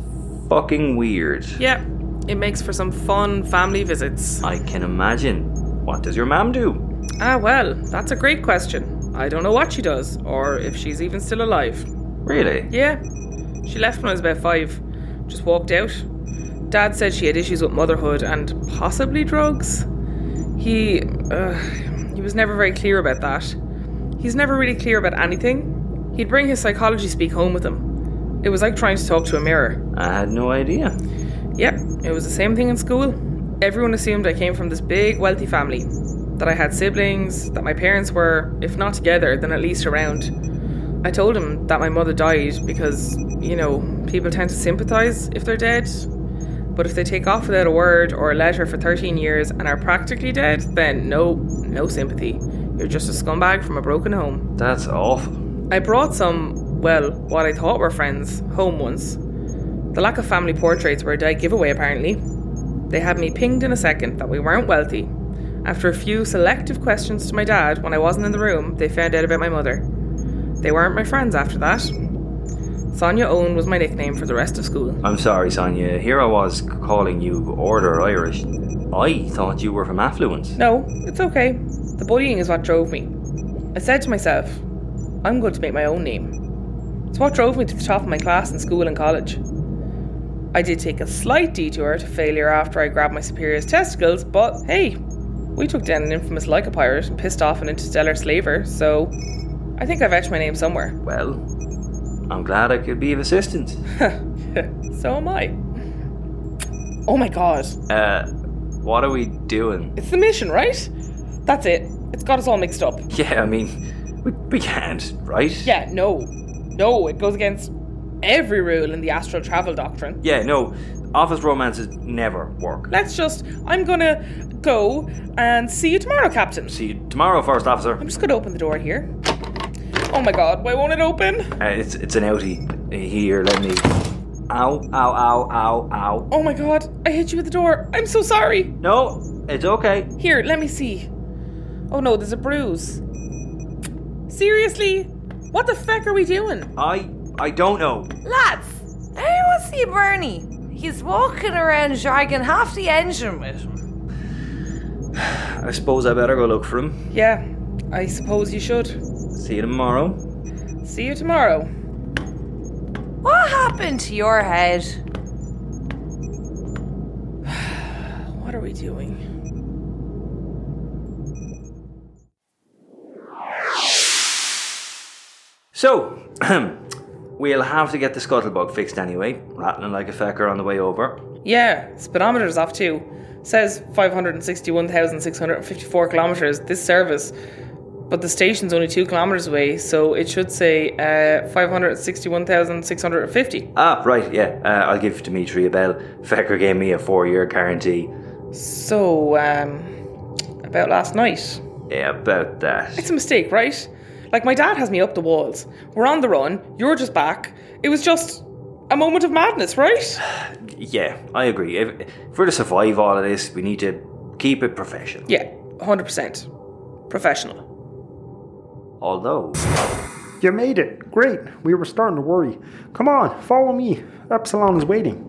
Speaker 5: fucking weird.
Speaker 4: Yeah, it makes for some fun family visits.
Speaker 5: I can imagine. What does your mom do?
Speaker 4: Ah, well, that's a great question. I don't know what she does, or if she's even still alive.
Speaker 5: Really?
Speaker 4: Yeah. She left when I was about five. Just walked out. Dad said she had issues with motherhood and possibly drugs. He. Uh, he was never very clear about that. He's never really clear about anything. He'd bring his psychology speak home with him. It was like trying to talk to a mirror.
Speaker 5: I had no idea.
Speaker 4: Yep, it was the same thing in school. Everyone assumed I came from this big, wealthy family, that I had siblings, that my parents were, if not together, then at least around. I told him that my mother died because, you know, people tend to sympathise if they're dead. But if they take off without a word or a letter for 13 years and are practically dead, then no, no sympathy. You're just a scumbag from a broken home.
Speaker 5: That's awful.
Speaker 4: I brought some, well, what I thought were friends, home once. The lack of family portraits were a dead giveaway, apparently. They had me pinged in a second that we weren't wealthy. After a few selective questions to my dad when I wasn't in the room, they found out about my mother. They weren't my friends after that. Sonia Owen was my nickname for the rest of school.
Speaker 5: I'm sorry, Sonia. Here I was calling you Order Irish. I thought you were from affluence.
Speaker 4: No, it's okay. The bullying is what drove me. I said to myself, I'm going to make my own name. It's what drove me to the top of my class in school and college. I did take a slight detour to failure after I grabbed my superior's testicles, but hey, we took down an infamous Leica pirate and pissed off an interstellar slaver, so I think I've etched my name somewhere.
Speaker 5: Well, I'm glad I could be of assistance.
Speaker 4: so am I. Oh my god.
Speaker 5: Uh, what are we doing?
Speaker 4: It's the mission, right? That's it. It's got us all mixed up.
Speaker 5: Yeah, I mean, we, we can't, right?
Speaker 4: Yeah, no. No, it goes against every rule in the astral travel doctrine.
Speaker 5: Yeah, no. Office romances never work.
Speaker 4: Let's just. I'm gonna go and see you tomorrow, Captain.
Speaker 5: See you tomorrow, First Officer.
Speaker 4: I'm just gonna open the door here. Oh my god, why won't it open?
Speaker 5: Uh, it's it's an outie. Here, let me. Ow, ow, ow, ow, ow.
Speaker 4: Oh my god, I hit you with the door. I'm so sorry.
Speaker 5: No, it's okay.
Speaker 4: Here, let me see. Oh no, there's a bruise. Seriously? What the feck are we doing?
Speaker 5: I I don't know.
Speaker 10: Lads, anyone see Bernie? He's walking around dragging half the engine with him.
Speaker 5: I suppose I better go look for him.
Speaker 4: Yeah, I suppose you should.
Speaker 5: See you tomorrow.
Speaker 4: See you tomorrow.
Speaker 10: What happened to your head?
Speaker 4: What are we doing?
Speaker 5: So, we'll have to get the scuttlebug fixed anyway, rattling like a fecker on the way over.
Speaker 4: Yeah, speedometer's off too. Says 561,654 kilometres this service, but the station's only 2 kilometres away, so it should say uh, 561,650.
Speaker 5: Ah, right, yeah, uh, I'll give Dimitri a bell. Fecker gave me a four year guarantee.
Speaker 4: So, um, about last night.
Speaker 5: Yeah, about that.
Speaker 4: It's a mistake, right? Like, my dad has me up the walls. We're on the run, you're just back. It was just a moment of madness, right?
Speaker 5: Yeah, I agree. If, if we're to survive all of this, we need to keep it professional.
Speaker 4: Yeah, 100%. Professional.
Speaker 5: Although.
Speaker 11: You made it. Great. We were starting to worry. Come on, follow me. Epsilon is waiting.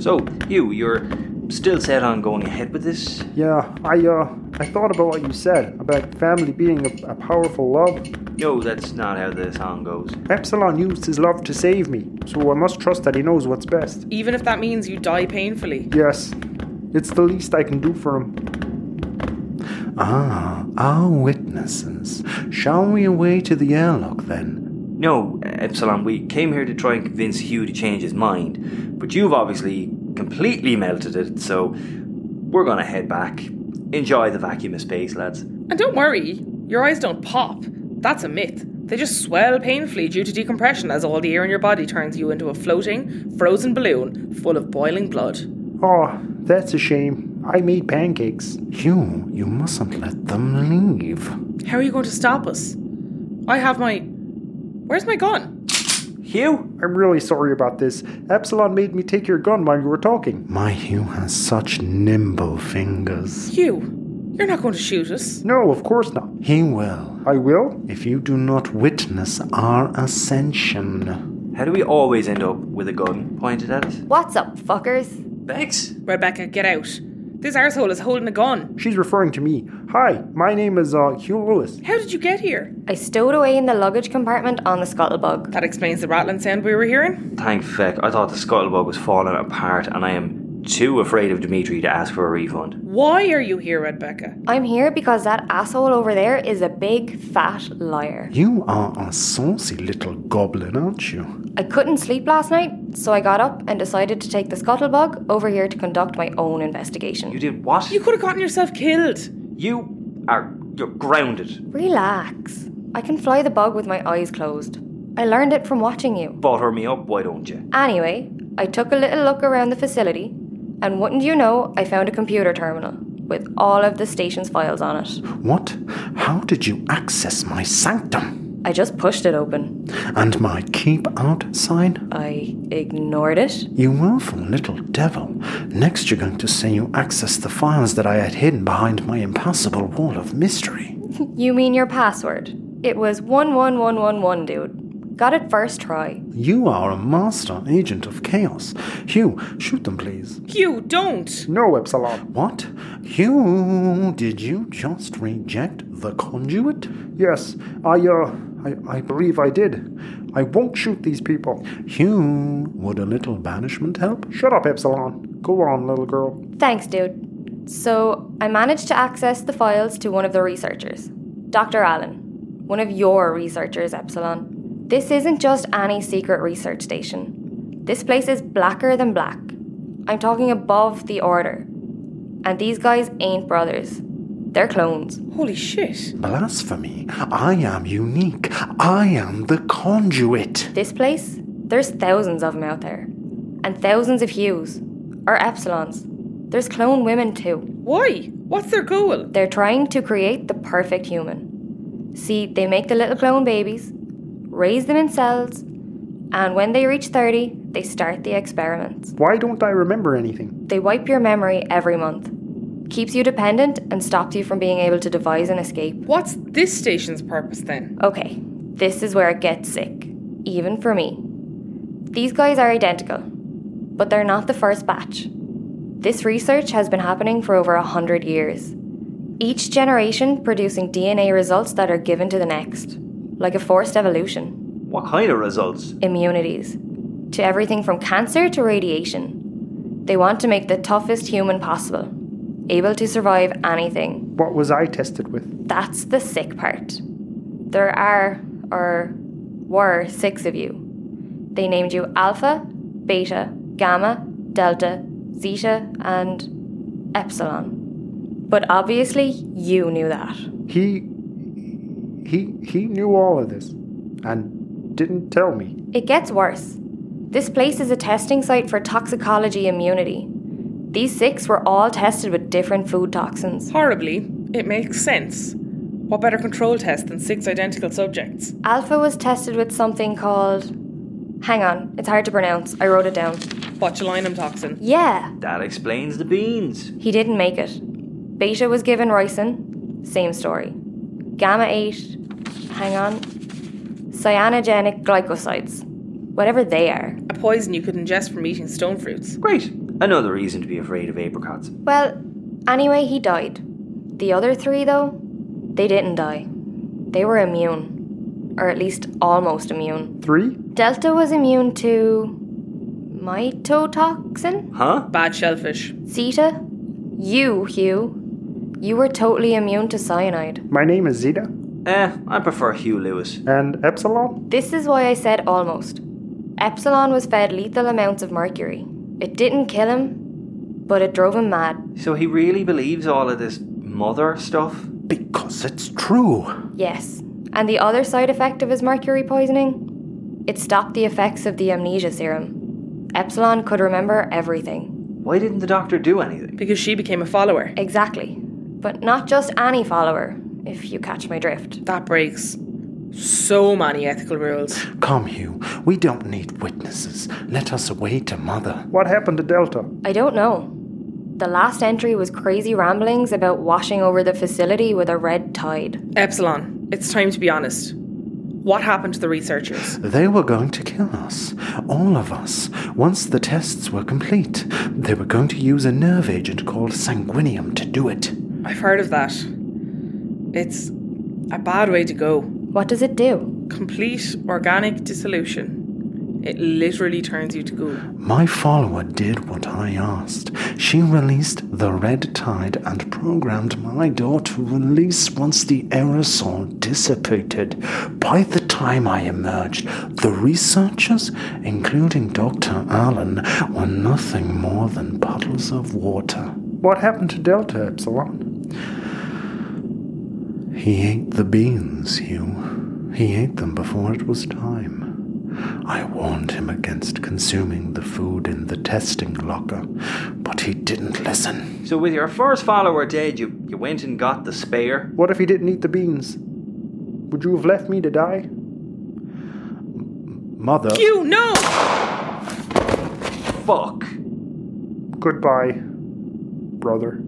Speaker 5: So, you, you're still set on going ahead with this?
Speaker 11: Yeah, I uh I thought about what you said about family being a, a powerful love.
Speaker 5: No, that's not how the song goes.
Speaker 11: Epsilon used his love to save me, so I must trust that he knows what's best.
Speaker 4: Even if that means you die painfully.
Speaker 11: Yes. It's the least I can do for him.
Speaker 12: Ah, our witnesses. Shall we away to the airlock then?
Speaker 5: No, Epsilon, we came here to try and convince Hugh to change his mind, but you've obviously completely melted it, so we're gonna head back. Enjoy the vacuum of space, lads.
Speaker 4: And don't worry, your eyes don't pop. That's a myth. They just swell painfully due to decompression as all the air in your body turns you into a floating, frozen balloon full of boiling blood.
Speaker 11: Oh, that's a shame. I made pancakes.
Speaker 12: You, you mustn't let them leave.
Speaker 4: How are you going to stop us? I have my. Where's my gun?
Speaker 5: Hugh?
Speaker 11: I'm really sorry about this. Epsilon made me take your gun while you were talking.
Speaker 12: My Hugh has such nimble fingers.
Speaker 4: Hugh, you're not going to shoot us.
Speaker 11: No, of course not.
Speaker 12: He will,
Speaker 11: I will?
Speaker 12: if you do not witness our ascension.
Speaker 5: How do we always end up with a gun pointed at us?
Speaker 6: What's up, fuckers?
Speaker 5: Bex?
Speaker 4: Rebecca, get out. This arsehole is holding a gun.
Speaker 11: She's referring to me. Hi, my name is uh, Hugh Lewis.
Speaker 4: How did you get here?
Speaker 6: I stowed away in the luggage compartment on the scuttlebug.
Speaker 4: That explains the rattling sound we were hearing.
Speaker 5: Thank feck, I thought the scuttlebug was falling apart, and I am too afraid of Dimitri to ask for a refund.
Speaker 4: Why are you here, Rebecca?
Speaker 6: I'm here because that asshole over there is a big fat liar.
Speaker 12: You are a saucy little goblin, aren't you?
Speaker 6: I couldn't sleep last night, so I got up and decided to take the scuttlebug over here to conduct my own investigation.
Speaker 5: You did what?
Speaker 4: You could have gotten yourself killed.
Speaker 5: You are. You're grounded.
Speaker 6: Relax. I can fly the bug with my eyes closed. I learned it from watching you.
Speaker 5: Butter me up, why don't you?
Speaker 6: Anyway, I took a little look around the facility, and wouldn't you know, I found a computer terminal with all of the station's files on it.
Speaker 12: What? How did you access my sanctum?
Speaker 6: I just pushed it open.
Speaker 12: And my keep out sign?
Speaker 6: I ignored it.
Speaker 12: You willful little devil. Next, you're going to say you accessed the files that I had hidden behind my impassable wall of mystery.
Speaker 6: You mean your password? It was 11111, dude. Got it first try.
Speaker 12: You are a master agent of chaos. Hugh, shoot them, please.
Speaker 4: Hugh, don't.
Speaker 11: No, Epsilon.
Speaker 12: What? Hugh, did you just reject the conduit?
Speaker 11: Yes, I, uh, I, I believe I did. I won't shoot these people.
Speaker 12: Hugh, would a little banishment help?
Speaker 11: Shut up, Epsilon. Go on, little girl.
Speaker 6: Thanks, dude. So, I managed to access the files to one of the researchers, Dr. Allen, one of your researchers, Epsilon. This isn't just any secret research station. This place is blacker than black. I'm talking above the order. And these guys ain't brothers, they're clones.
Speaker 4: Holy shit.
Speaker 12: Blasphemy. I am unique. I am the conduit.
Speaker 6: This place, there's thousands of them out there, and thousands of hues, or epsilons. There's clone women too.
Speaker 4: Why? What's their goal?
Speaker 6: They're trying to create the perfect human. See, they make the little clone babies, raise them in cells, and when they reach 30, they start the experiments.
Speaker 11: Why don't I remember anything?
Speaker 6: They wipe your memory every month, keeps you dependent, and stops you from being able to devise an escape.
Speaker 4: What's this station's purpose then?
Speaker 6: Okay, this is where it gets sick, even for me. These guys are identical, but they're not the first batch. This research has been happening for over a hundred years. Each generation producing DNA results that are given to the next, like a forced evolution.
Speaker 5: What kind of results?
Speaker 6: immunities to everything from cancer to radiation. They want to make the toughest human possible, able to survive anything.
Speaker 11: What was I tested with?
Speaker 6: That's the sick part. There are, or were, six of you. They named you Alpha, Beta, Gamma, Delta, Zeta, and Epsilon. But obviously, you knew that.
Speaker 11: He. He. He knew all of this and didn't tell me.
Speaker 6: It gets worse. This place is a testing site for toxicology immunity. These six were all tested with different food toxins.
Speaker 4: Horribly, it makes sense. What better control test than six identical subjects?
Speaker 6: Alpha was tested with something called. Hang on, it's hard to pronounce. I wrote it down.
Speaker 4: Botulinum toxin.
Speaker 6: Yeah,
Speaker 5: That explains the beans.
Speaker 6: he didn't make it. Beta was given ricin, same story. Gamma 8, hang on. Cyanogenic glycosides, whatever they are.
Speaker 4: A poison you could ingest from eating stone fruits.
Speaker 5: Great. Another reason to be afraid of apricots.
Speaker 6: Well, anyway, he died. The other three, though, they didn't die. They were immune. Or at least almost immune.
Speaker 11: Three?
Speaker 6: Delta was immune to. mitotoxin?
Speaker 5: Huh?
Speaker 4: Bad shellfish.
Speaker 6: Zeta? You, Hugh. You were totally immune to cyanide.
Speaker 11: My name is Zeta.
Speaker 5: Eh, I prefer Hugh Lewis.
Speaker 11: And Epsilon?
Speaker 6: This is why I said almost. Epsilon was fed lethal amounts of mercury. It didn't kill him, but it drove him mad.
Speaker 5: So he really believes all of this mother stuff?
Speaker 12: Because it's true.
Speaker 6: Yes. And the other side effect of his mercury poisoning? It stopped the effects of the amnesia serum. Epsilon could remember everything.
Speaker 5: Why didn't the doctor do anything?
Speaker 4: Because she became a follower.
Speaker 6: Exactly. But not just any follower, if you catch my drift.
Speaker 4: That breaks so many ethical rules.
Speaker 12: Come, Hugh. We don't need witnesses. Let us away to Mother.
Speaker 11: What happened to Delta?
Speaker 6: I don't know. The last entry was crazy ramblings about washing over the facility with a red tide.
Speaker 4: Epsilon, it's time to be honest. What happened to the researchers?
Speaker 12: They were going to kill us. All of us. Once the tests were complete, they were going to use a nerve agent called sanguinium to do it.
Speaker 4: I've heard of that. It's a bad way to go.
Speaker 6: What does it do?
Speaker 4: Complete organic dissolution. It literally turns you to goo.
Speaker 12: My follower did what I asked. She released the red tide and programmed my door to release once the aerosol dissipated. By the time I emerged, the researchers, including Dr. Allen, were nothing more than puddles of water.
Speaker 11: What happened to Delta, Epsilon?
Speaker 12: He ate the beans, Hugh. He ate them before it was time. I warned him against consuming the food in the testing locker, but he didn't listen.
Speaker 5: So with your first follower dead, you, you went and got the spare?
Speaker 11: What if he didn't eat the beans? Would you have left me to die?
Speaker 12: Mother.
Speaker 4: You know!
Speaker 5: Fuck.
Speaker 11: Goodbye, brother.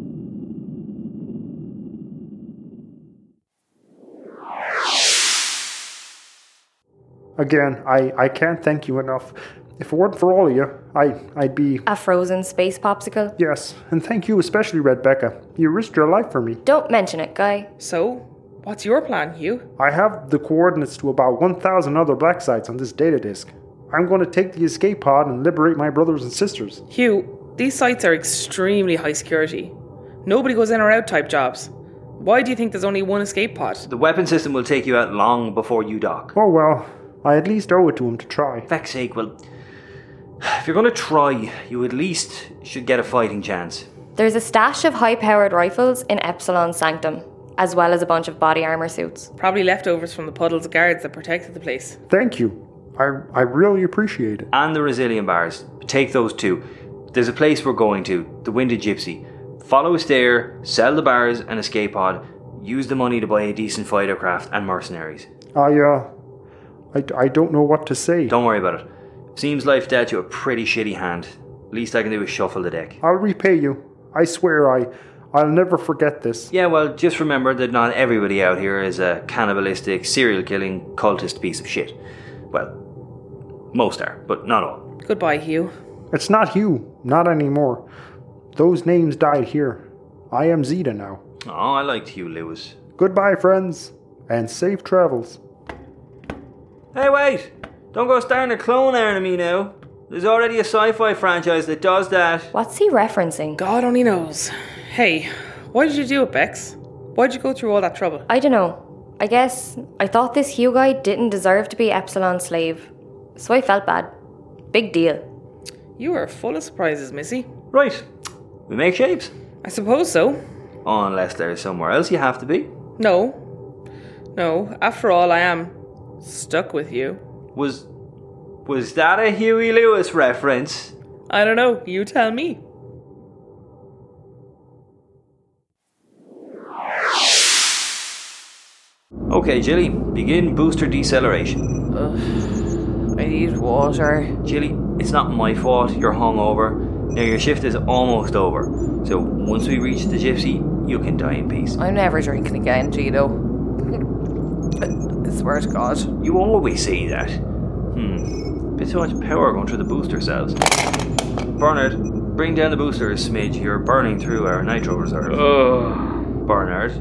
Speaker 11: Again, I, I can't thank you enough. If it weren't for all of you, I, I'd be.
Speaker 6: A frozen space popsicle?
Speaker 11: Yes, and thank you especially, Red Becca. You risked your life for me.
Speaker 6: Don't mention it, guy.
Speaker 4: So, what's your plan, Hugh?
Speaker 11: I have the coordinates to about 1,000 other black sites on this data disk. I'm going to take the escape pod and liberate my brothers and sisters.
Speaker 4: Hugh, these sites are extremely high security. Nobody goes in or out type jobs. Why do you think there's only one escape pod?
Speaker 5: The weapon system will take you out long before you dock.
Speaker 11: Oh well, I at least owe it to him to try.
Speaker 5: Feck's sake, well, if you're gonna try, you at least should get a fighting chance.
Speaker 6: There's a stash of high powered rifles in Epsilon Sanctum, as well as a bunch of body armor suits.
Speaker 4: Probably leftovers from the puddles of guards that protected the place.
Speaker 11: Thank you. I, I really appreciate it.
Speaker 5: And the resilient bars. Take those two. There's a place we're going to, the Winded Gypsy. Follow us there, sell the bars and escape pod, use the money to buy a decent fighter craft and mercenaries.
Speaker 11: I, uh, I, I don't know what to say.
Speaker 5: Don't worry about it. Seems life dealt you a pretty shitty hand. Least I can do is shuffle the deck.
Speaker 11: I'll repay you. I swear I, I'll never forget this.
Speaker 5: Yeah, well, just remember that not everybody out here is a cannibalistic, serial killing, cultist piece of shit. Well, most are, but not all.
Speaker 4: Goodbye, Hugh.
Speaker 11: It's not Hugh, not anymore. Those names died here. I am Zeta now.
Speaker 5: Oh, I liked Hugh Lewis.
Speaker 11: Goodbye, friends, and safe travels.
Speaker 5: Hey, wait! Don't go starting a clone army me now. There's already a sci fi franchise that does that.
Speaker 6: What's he referencing?
Speaker 4: God only knows. Hey, why did you do it, Bex? Why'd you go through all that trouble?
Speaker 6: I don't know. I guess I thought this Hugh guy didn't deserve to be Epsilon's slave. So I felt bad. Big deal.
Speaker 4: You are full of surprises, Missy.
Speaker 5: Right. We make shapes. Oh,
Speaker 4: I suppose so.
Speaker 5: Unless there's somewhere else you have to be.
Speaker 4: No. No, after all, I am stuck with you.
Speaker 5: Was. Was that a Huey Lewis reference?
Speaker 4: I don't know. You tell me.
Speaker 5: Okay, Jilly, begin booster deceleration.
Speaker 10: I need water.
Speaker 5: Jilly, it's not my fault you're hungover. Now your shift is almost over. So once we reach the gypsy, you can die in peace.
Speaker 10: I'm never drinking again, Gino. I swear to God.
Speaker 5: You always say that. Hmm. Bit so much power going through the booster cells. Bernard, bring down the booster a smidge. You're burning through our nitro reserve. Bernard,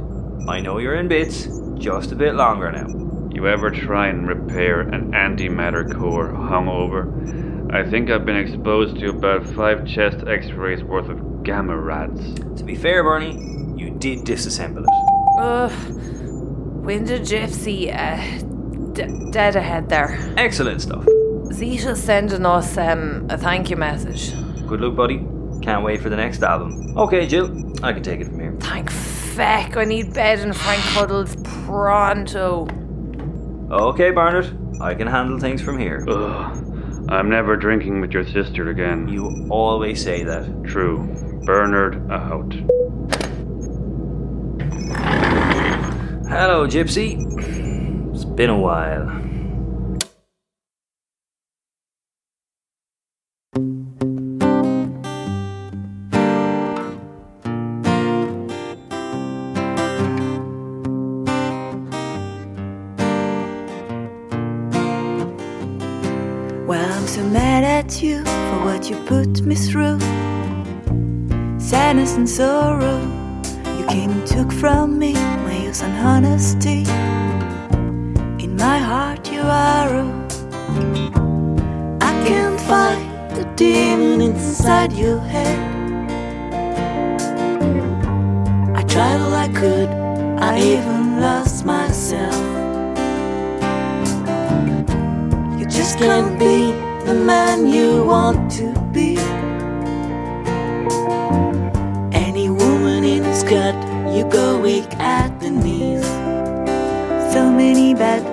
Speaker 5: I know Oh, you're in bits. Just a bit longer now.
Speaker 8: You ever try and repair an antimatter core hungover? I think I've been exposed to about five chest x rays worth of gamma rads.
Speaker 5: To be fair, Bernie, you did disassemble it.
Speaker 10: Ugh. Window Gypsy, uh, d- dead ahead there.
Speaker 5: Excellent stuff.
Speaker 10: Zeta's sending us um, a thank you message.
Speaker 5: Good luck, buddy. Can't wait for the next album. Okay, Jill, I can take it from here.
Speaker 10: Thank feck, I need bed and Frank Cuddles pronto.
Speaker 5: Okay, Barnard, I can handle things from here.
Speaker 8: Ugh. I'm never drinking with your sister again.
Speaker 5: You always say that.
Speaker 8: True. Bernard out.
Speaker 5: Hello, Gypsy. It's been a while.
Speaker 13: Well, I'm so mad at you for what you put me through. Sadness and sorrow you came and took from me my youth and honesty. In my heart, you are rude. I can't fight the demon inside your head. I tried all I could, I even lost myself. You just can't be the man you want to be. Any woman in a skirt, you go weak at the knees. So many bad